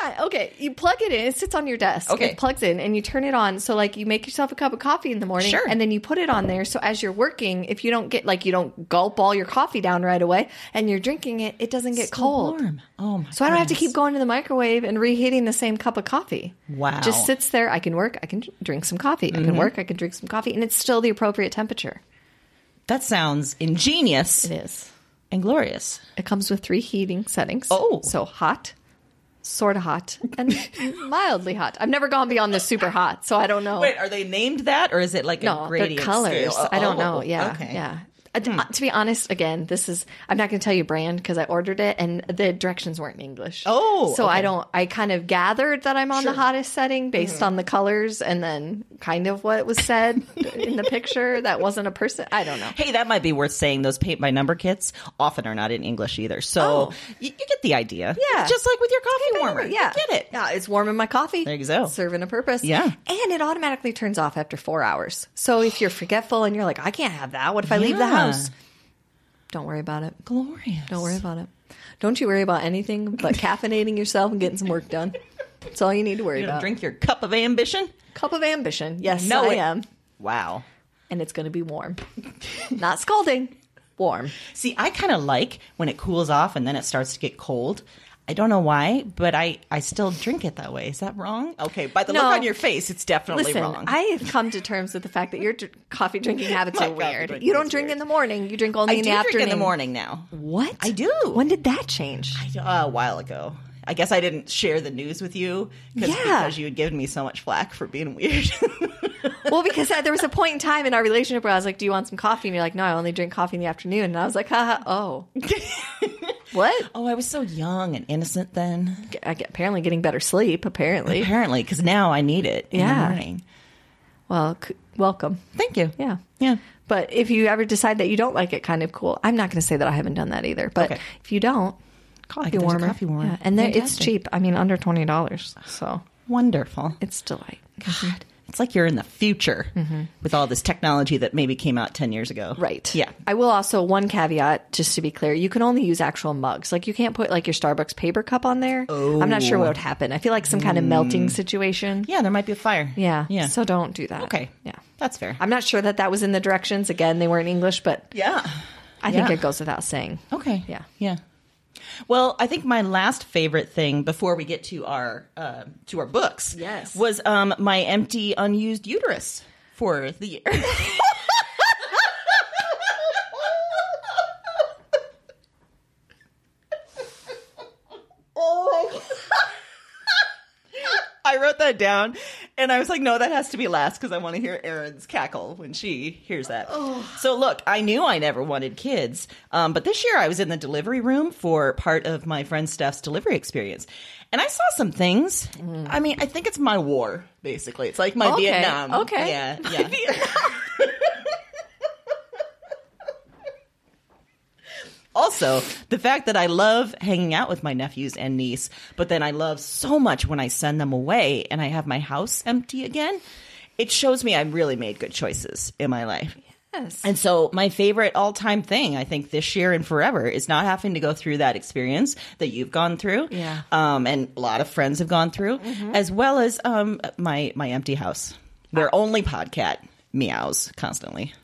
Speaker 1: Okay, okay. You plug it in. It sits on your desk.
Speaker 2: Okay.
Speaker 1: It plugs in and you turn it on. So like you make yourself a cup of coffee in the morning
Speaker 2: Sure.
Speaker 1: and then you put it on there. So as you're working, if you don't get like you don't gulp all your coffee down right away and you're drinking it, it doesn't get cold.
Speaker 2: Warm. Oh my.
Speaker 1: So I don't have to keep going to the microwave and reheating the same cup of coffee.
Speaker 2: Wow. Mm-hmm.
Speaker 1: Just sits there. I can work. I can drink some coffee. I can work. I can drink some coffee and it's still the appropriate temperature.
Speaker 2: That sounds ingenious
Speaker 1: It is.
Speaker 2: and glorious.
Speaker 1: It comes with three heating settings.
Speaker 2: Oh.
Speaker 1: So hot, sort of hot, and mildly hot. I've never gone beyond the super hot, so I don't know.
Speaker 2: Wait, are they named that, or is it like
Speaker 1: no,
Speaker 2: a
Speaker 1: the
Speaker 2: gradient
Speaker 1: colors.
Speaker 2: scale?
Speaker 1: I don't
Speaker 2: Oh,
Speaker 1: know. Yeah.
Speaker 2: Okay. Hmm.
Speaker 1: Yeah. Uh, d- uh, To be honest, again, this is, I'm not going to tell you brand because I ordered it and the directions weren't in English.
Speaker 2: Oh,
Speaker 1: So I
Speaker 2: okay.
Speaker 1: don't, I kind of gathered that I'm on the hottest setting based
Speaker 2: Mm-hmm.
Speaker 1: on the colors and then kind of what was said in the picture that wasn't a person. I don't know.
Speaker 2: Hey, that might be worth saying. Those paint by number kits often are not in English either. So
Speaker 1: Oh.
Speaker 2: you, you get the idea.
Speaker 1: Yeah.
Speaker 2: Just like with your coffee warmer.
Speaker 1: Yeah.
Speaker 2: You get it.
Speaker 1: Yeah, it's warming my coffee.
Speaker 2: There you go.
Speaker 1: Serving a purpose.
Speaker 2: Yeah.
Speaker 1: And it automatically turns off after four hours. So if you're forgetful and you're like, I can't have that. What if I leave the
Speaker 2: Yeah.
Speaker 1: house? Don't worry about it.
Speaker 2: Glorious.
Speaker 1: Don't worry about it. Don't you worry about anything but caffeinating yourself and getting some work done. That's all you need to worry
Speaker 2: You
Speaker 1: about.
Speaker 2: don't drink your cup of ambition?
Speaker 1: Cup of ambition. Yes,
Speaker 2: No,
Speaker 1: I
Speaker 2: it-
Speaker 1: am.
Speaker 2: Wow.
Speaker 1: And it's going to be warm. Not scalding. Warm.
Speaker 2: See, I kind of like when it cools off and then it starts to get cold. I don't know why, but I, I still drink it that way. Is that wrong? Okay, by the
Speaker 1: No.
Speaker 2: look on your face, it's definitely
Speaker 1: Listen,
Speaker 2: wrong.
Speaker 1: I have come to terms with the fact that your dr- coffee drinking habits
Speaker 2: My
Speaker 1: are
Speaker 2: coffee
Speaker 1: weird.
Speaker 2: drinking
Speaker 1: You don't
Speaker 2: is
Speaker 1: drink
Speaker 2: weird.
Speaker 1: in the morning. You drink only
Speaker 2: I
Speaker 1: in
Speaker 2: do
Speaker 1: the
Speaker 2: drink
Speaker 1: afternoon.
Speaker 2: in the morning now.
Speaker 1: What?
Speaker 2: I do.
Speaker 1: When did that change?
Speaker 2: Uh, a while ago. I guess I didn't share the news with you 'cause-
Speaker 1: Yeah.
Speaker 2: because you had given me so much flack for being weird.
Speaker 1: well, because uh, there was a point in time in our relationship where I was like, "Do you want some coffee?" And you're like, "No, I only drink coffee in the afternoon." And I was like, "Haha, oh, what?"
Speaker 2: oh, I was so young and innocent then.
Speaker 1: I get, apparently, getting better sleep. Apparly,
Speaker 2: Apparently, because now I need it in the
Speaker 1: Yeah.
Speaker 2: morning.
Speaker 1: well, c- welcome.
Speaker 2: Thank you.
Speaker 1: Yeah.
Speaker 2: Yeah.
Speaker 1: But if you ever decide that you don't like it, kind of cool. I'm not going to say that I haven't done that either. But
Speaker 2: Okay.
Speaker 1: if you don't,
Speaker 2: Like,
Speaker 1: coffee
Speaker 2: there's a
Speaker 1: warmer,
Speaker 2: coffee warmer.
Speaker 1: Yeah. and there, it's
Speaker 2: Fantastic.
Speaker 1: cheap. I mean, under twenty dollars. So
Speaker 2: Wonderful.
Speaker 1: it's delight.
Speaker 2: God, it's like you're in the future with all this technology that maybe came out 10 years ago.
Speaker 1: Mm-hmm. Right.
Speaker 2: Yeah.
Speaker 1: I will also one caveat, just to be clear, you can only use actual mugs. Like you can't put like your Starbucks paper cup on there. Oh. I'm not sure what would happen. I feel like some kind of melting situation.
Speaker 2: Mm. Yeah, there might be a fire.
Speaker 1: Yeah.
Speaker 2: Yeah.
Speaker 1: So don't do that.
Speaker 2: okay.
Speaker 1: Yeah.
Speaker 2: That's fair.
Speaker 1: I'm not sure that that was in the directions. Again, they weren't English, but
Speaker 2: yeah.
Speaker 1: I think
Speaker 2: Yeah.
Speaker 1: it goes without saying.
Speaker 2: Okay.
Speaker 1: Yeah.
Speaker 2: Yeah. Well, I think my last favorite thing before we get to our uh, to our books
Speaker 1: Yes.
Speaker 2: was um, my empty unused uterus for the year. I wrote that down, and I was like, "No, that has to be last because I want to hear Erin's cackle when she hears that."
Speaker 1: Oh.
Speaker 2: So look, I knew I never wanted kids, um, but this year I was in the delivery room for part of my friend Steph's delivery experience, and I saw some things. I mean, I think it's my war basically. It's like my
Speaker 1: Mm. Okay,
Speaker 2: Vietnam.
Speaker 1: okay.
Speaker 2: yeah, yeah. Also, the fact that I love hanging out with my nephews and niece, but then I love so much when I send them away and I have my house empty again. It shows me I really made good choices in my life.
Speaker 1: Yes.
Speaker 2: And so, my favorite all time thing, I think, this year and forever is not having to go through that experience that you've gone through.
Speaker 1: Yeah. Mm-hmm.
Speaker 2: Um, and a lot of friends have gone through, as well as um, my, my empty house where
Speaker 1: Ah.
Speaker 2: only podcat meows constantly.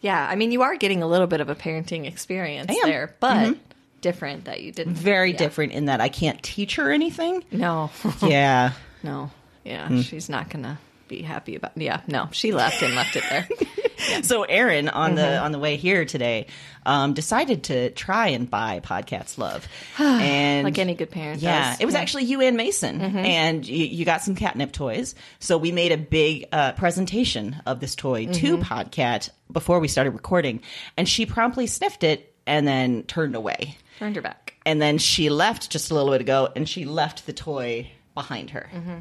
Speaker 1: Yeah, I mean, you are getting a little bit of a parenting experience
Speaker 2: am. Mm-hmm.
Speaker 1: there, but different that you didn't.
Speaker 2: Very
Speaker 1: yeah.
Speaker 2: different in that I can't teach her anything.
Speaker 1: No,
Speaker 2: Yeah.
Speaker 1: no, yeah,
Speaker 2: Hmm.
Speaker 1: she's not gonna be happy about. Yeah, no, she left and left it there.
Speaker 2: So Aaron on
Speaker 1: Mm-hmm.
Speaker 2: the on the way here today um, decided to try and buy Podcat's Love, and
Speaker 1: Like any good parent
Speaker 2: yeah,
Speaker 1: does. Mm-hmm.
Speaker 2: it was actually you and Mason, and you, you got some catnip toys. So we made a big uh, presentation of this toy
Speaker 1: Mm-hmm.
Speaker 2: to Podcat before we started recording, and she promptly sniffed it and then turned away,
Speaker 1: Turned her back.
Speaker 2: and then she left just a little bit ago, and she left the toy behind her.
Speaker 1: Mm-hmm.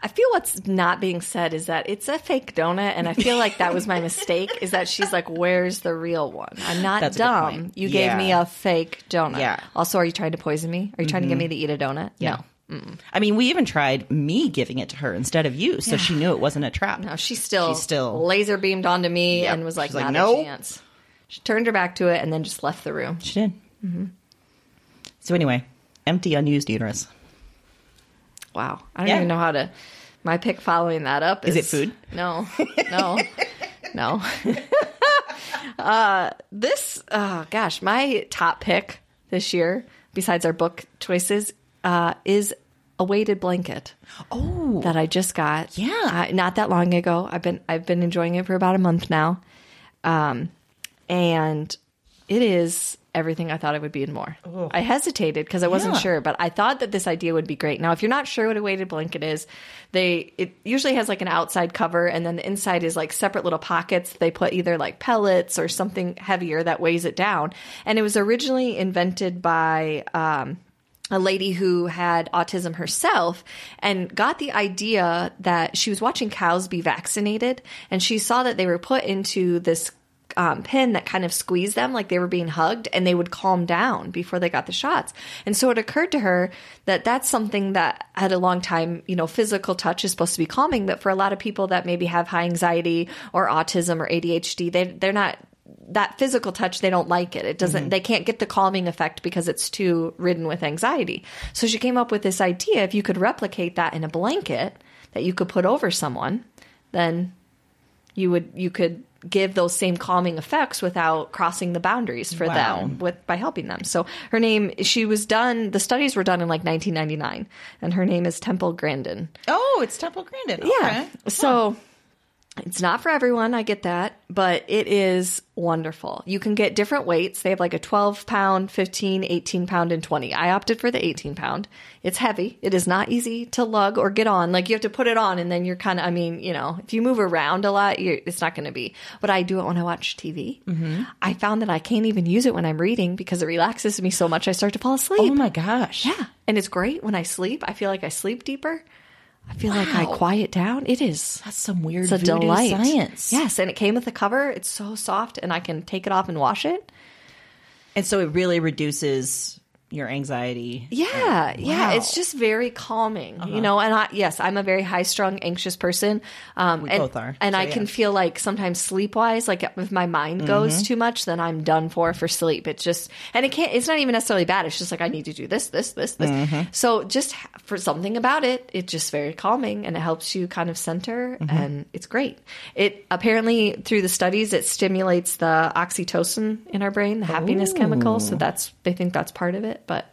Speaker 1: I feel what's not being said is that it's a fake donut, and I feel like that was my mistake. Is that she's like, "Where's the real one? I'm not
Speaker 2: That's a good
Speaker 1: dumb.
Speaker 2: point.
Speaker 1: You
Speaker 2: Yeah.
Speaker 1: gave me a fake donut.
Speaker 2: Yeah. Mm-hmm.
Speaker 1: Also, are you trying to poison me? Are you trying to get me to eat a donut?
Speaker 2: Yeah. I mean, we even tried me giving it to her instead of you, so she knew it wasn't a trap.
Speaker 1: No, she still,
Speaker 2: She still-
Speaker 1: laser beamed onto me and was like,
Speaker 2: She's like,
Speaker 1: "Not
Speaker 2: "Nope."
Speaker 1: a chance." She turned her back to it and then just left the room.
Speaker 2: She did. So anyway, empty unused uterus.
Speaker 1: Wow. I don't
Speaker 2: Yeah.
Speaker 1: even know how to. My pick following that up is,
Speaker 2: Is it food?
Speaker 1: No, no, no. uh, this, oh gosh, my top pick this year, besides our book choices, uh, is a weighted blanket. Oh, that I just got.
Speaker 2: Yeah.
Speaker 1: uh, not that long ago. I've been I've been enjoying it for about a month now, um, and it is everything I thought it would be and more. I hesitated because I wasn't
Speaker 2: Yeah.
Speaker 1: sure, but I thought that this idea would be great. Now, if you're not sure what a weighted blanket is, they it usually has like an outside cover and then the inside is like separate little pockets. They put either like pellets or something heavier that weighs it down. And it was originally invented by um a lady who had autism herself and got the idea that she was watching cows be vaccinated and she saw that they were put into this um, pin that kind of squeezed them like they were being hugged and they would calm down before they got the shots. And so it occurred to her that that's something that had a long time, you know, physical touch is supposed to be calming, but for a lot of people that maybe have high anxiety or autism or ADHD, they, they're not that physical touch they don't like it it doesn't they can't get the calming effect because it's too ridden with anxiety so she came up with this idea if you could replicate that in a blanket that you could put over someone then you would you could give those same calming effects without crossing the boundaries for them with by helping them. So her name she was done the studies were done in like 1999 and her name is Temple Grandin.
Speaker 2: Oh, it's Temple Grandin.
Speaker 1: Yeah. So it's not for everyone, I get that, but it is wonderful. You can get different weights. They have like a 12 pound, 15, 18 pound, and 20. I opted for the 18 pound. It's heavy. It is not easy to lug or get on. Like you have to put it on and then you're kind of, I mean, you know, if you move around a lot, you're, it's not going to be. But I do it when I watch TV. I found that I can't even use it when I'm reading because it relaxes me so much I start to fall asleep.
Speaker 2: Oh my gosh.
Speaker 1: Yeah. And it's great when I sleep. I feel like I sleep deeper. I feel like I quiet down. It is.
Speaker 2: That's some weird
Speaker 1: It's a
Speaker 2: voodoo
Speaker 1: delight.
Speaker 2: science.
Speaker 1: Yes. And it came with a cover. It's so soft and I can take it off and wash it.
Speaker 2: And so it really reduces your anxiety.
Speaker 1: Yeah, yeah, it's just very calming,
Speaker 2: Uh-huh.
Speaker 1: you know. And I, yes, I'm a very high strung, anxious person. Um, we and,
Speaker 2: both are,
Speaker 1: and
Speaker 2: so
Speaker 1: I can
Speaker 2: yeah. Mm-hmm.
Speaker 1: feel like sometimes sleep wise, like if my mind goes too much, then I'm done for for sleep. It's just, and it can't. It's not even necessarily bad. It's just like I need to do this, this, this, this.
Speaker 2: Mm-hmm.
Speaker 1: So just ha- for something about it, it's just very calming and it helps you kind of center,
Speaker 2: Mm-hmm.
Speaker 1: and it's great. It apparently through the studies, it stimulates the oxytocin in our brain, the happiness chemical. So that's they think that's part of it, but.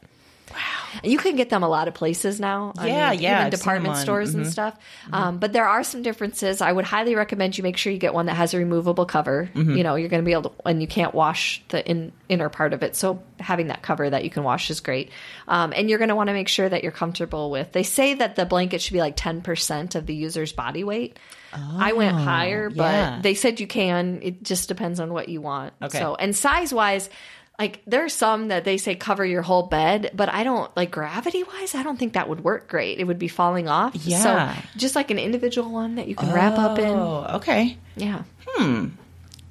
Speaker 1: And You can get them a lot of places now. even
Speaker 2: Yeah, yeah, I've seen Mm-hmm.
Speaker 1: department
Speaker 2: them on-
Speaker 1: stores and stuff. Um, but there are some differences. I would highly recommend you make sure you get one that has a removable cover.
Speaker 2: Mm-hmm.
Speaker 1: You know, you're going to be able to, and you can't wash the in, inner part of it. So having that cover that you can wash is great. Um, and you're going to want to make sure that you're comfortable with. They say that the blanket should be like 10% of the user's body weight. I went higher, but
Speaker 2: Oh, yeah.
Speaker 1: they said you can. It just depends on what you want.
Speaker 2: Okay.
Speaker 1: So, and size wise, like there are some that they say cover your whole bed, but I don't like gravity wise. I don't think that would work great. It would be falling off.
Speaker 2: Yeah.
Speaker 1: So just like an individual one that you can wrap up in.
Speaker 2: Oh, okay.
Speaker 1: Yeah. Hmm.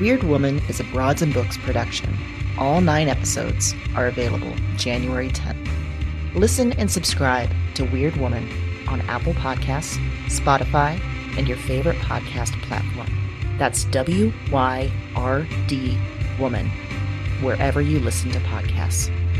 Speaker 4: Weird Woman is a Broads and Books production.
Speaker 5: All nine episodes are available January 10th. Listen and subscribe to Weird Woman on Apple Podcasts, Spotify, and your favorite podcast platform. That's W Y R D Woman, wherever you listen to podcasts.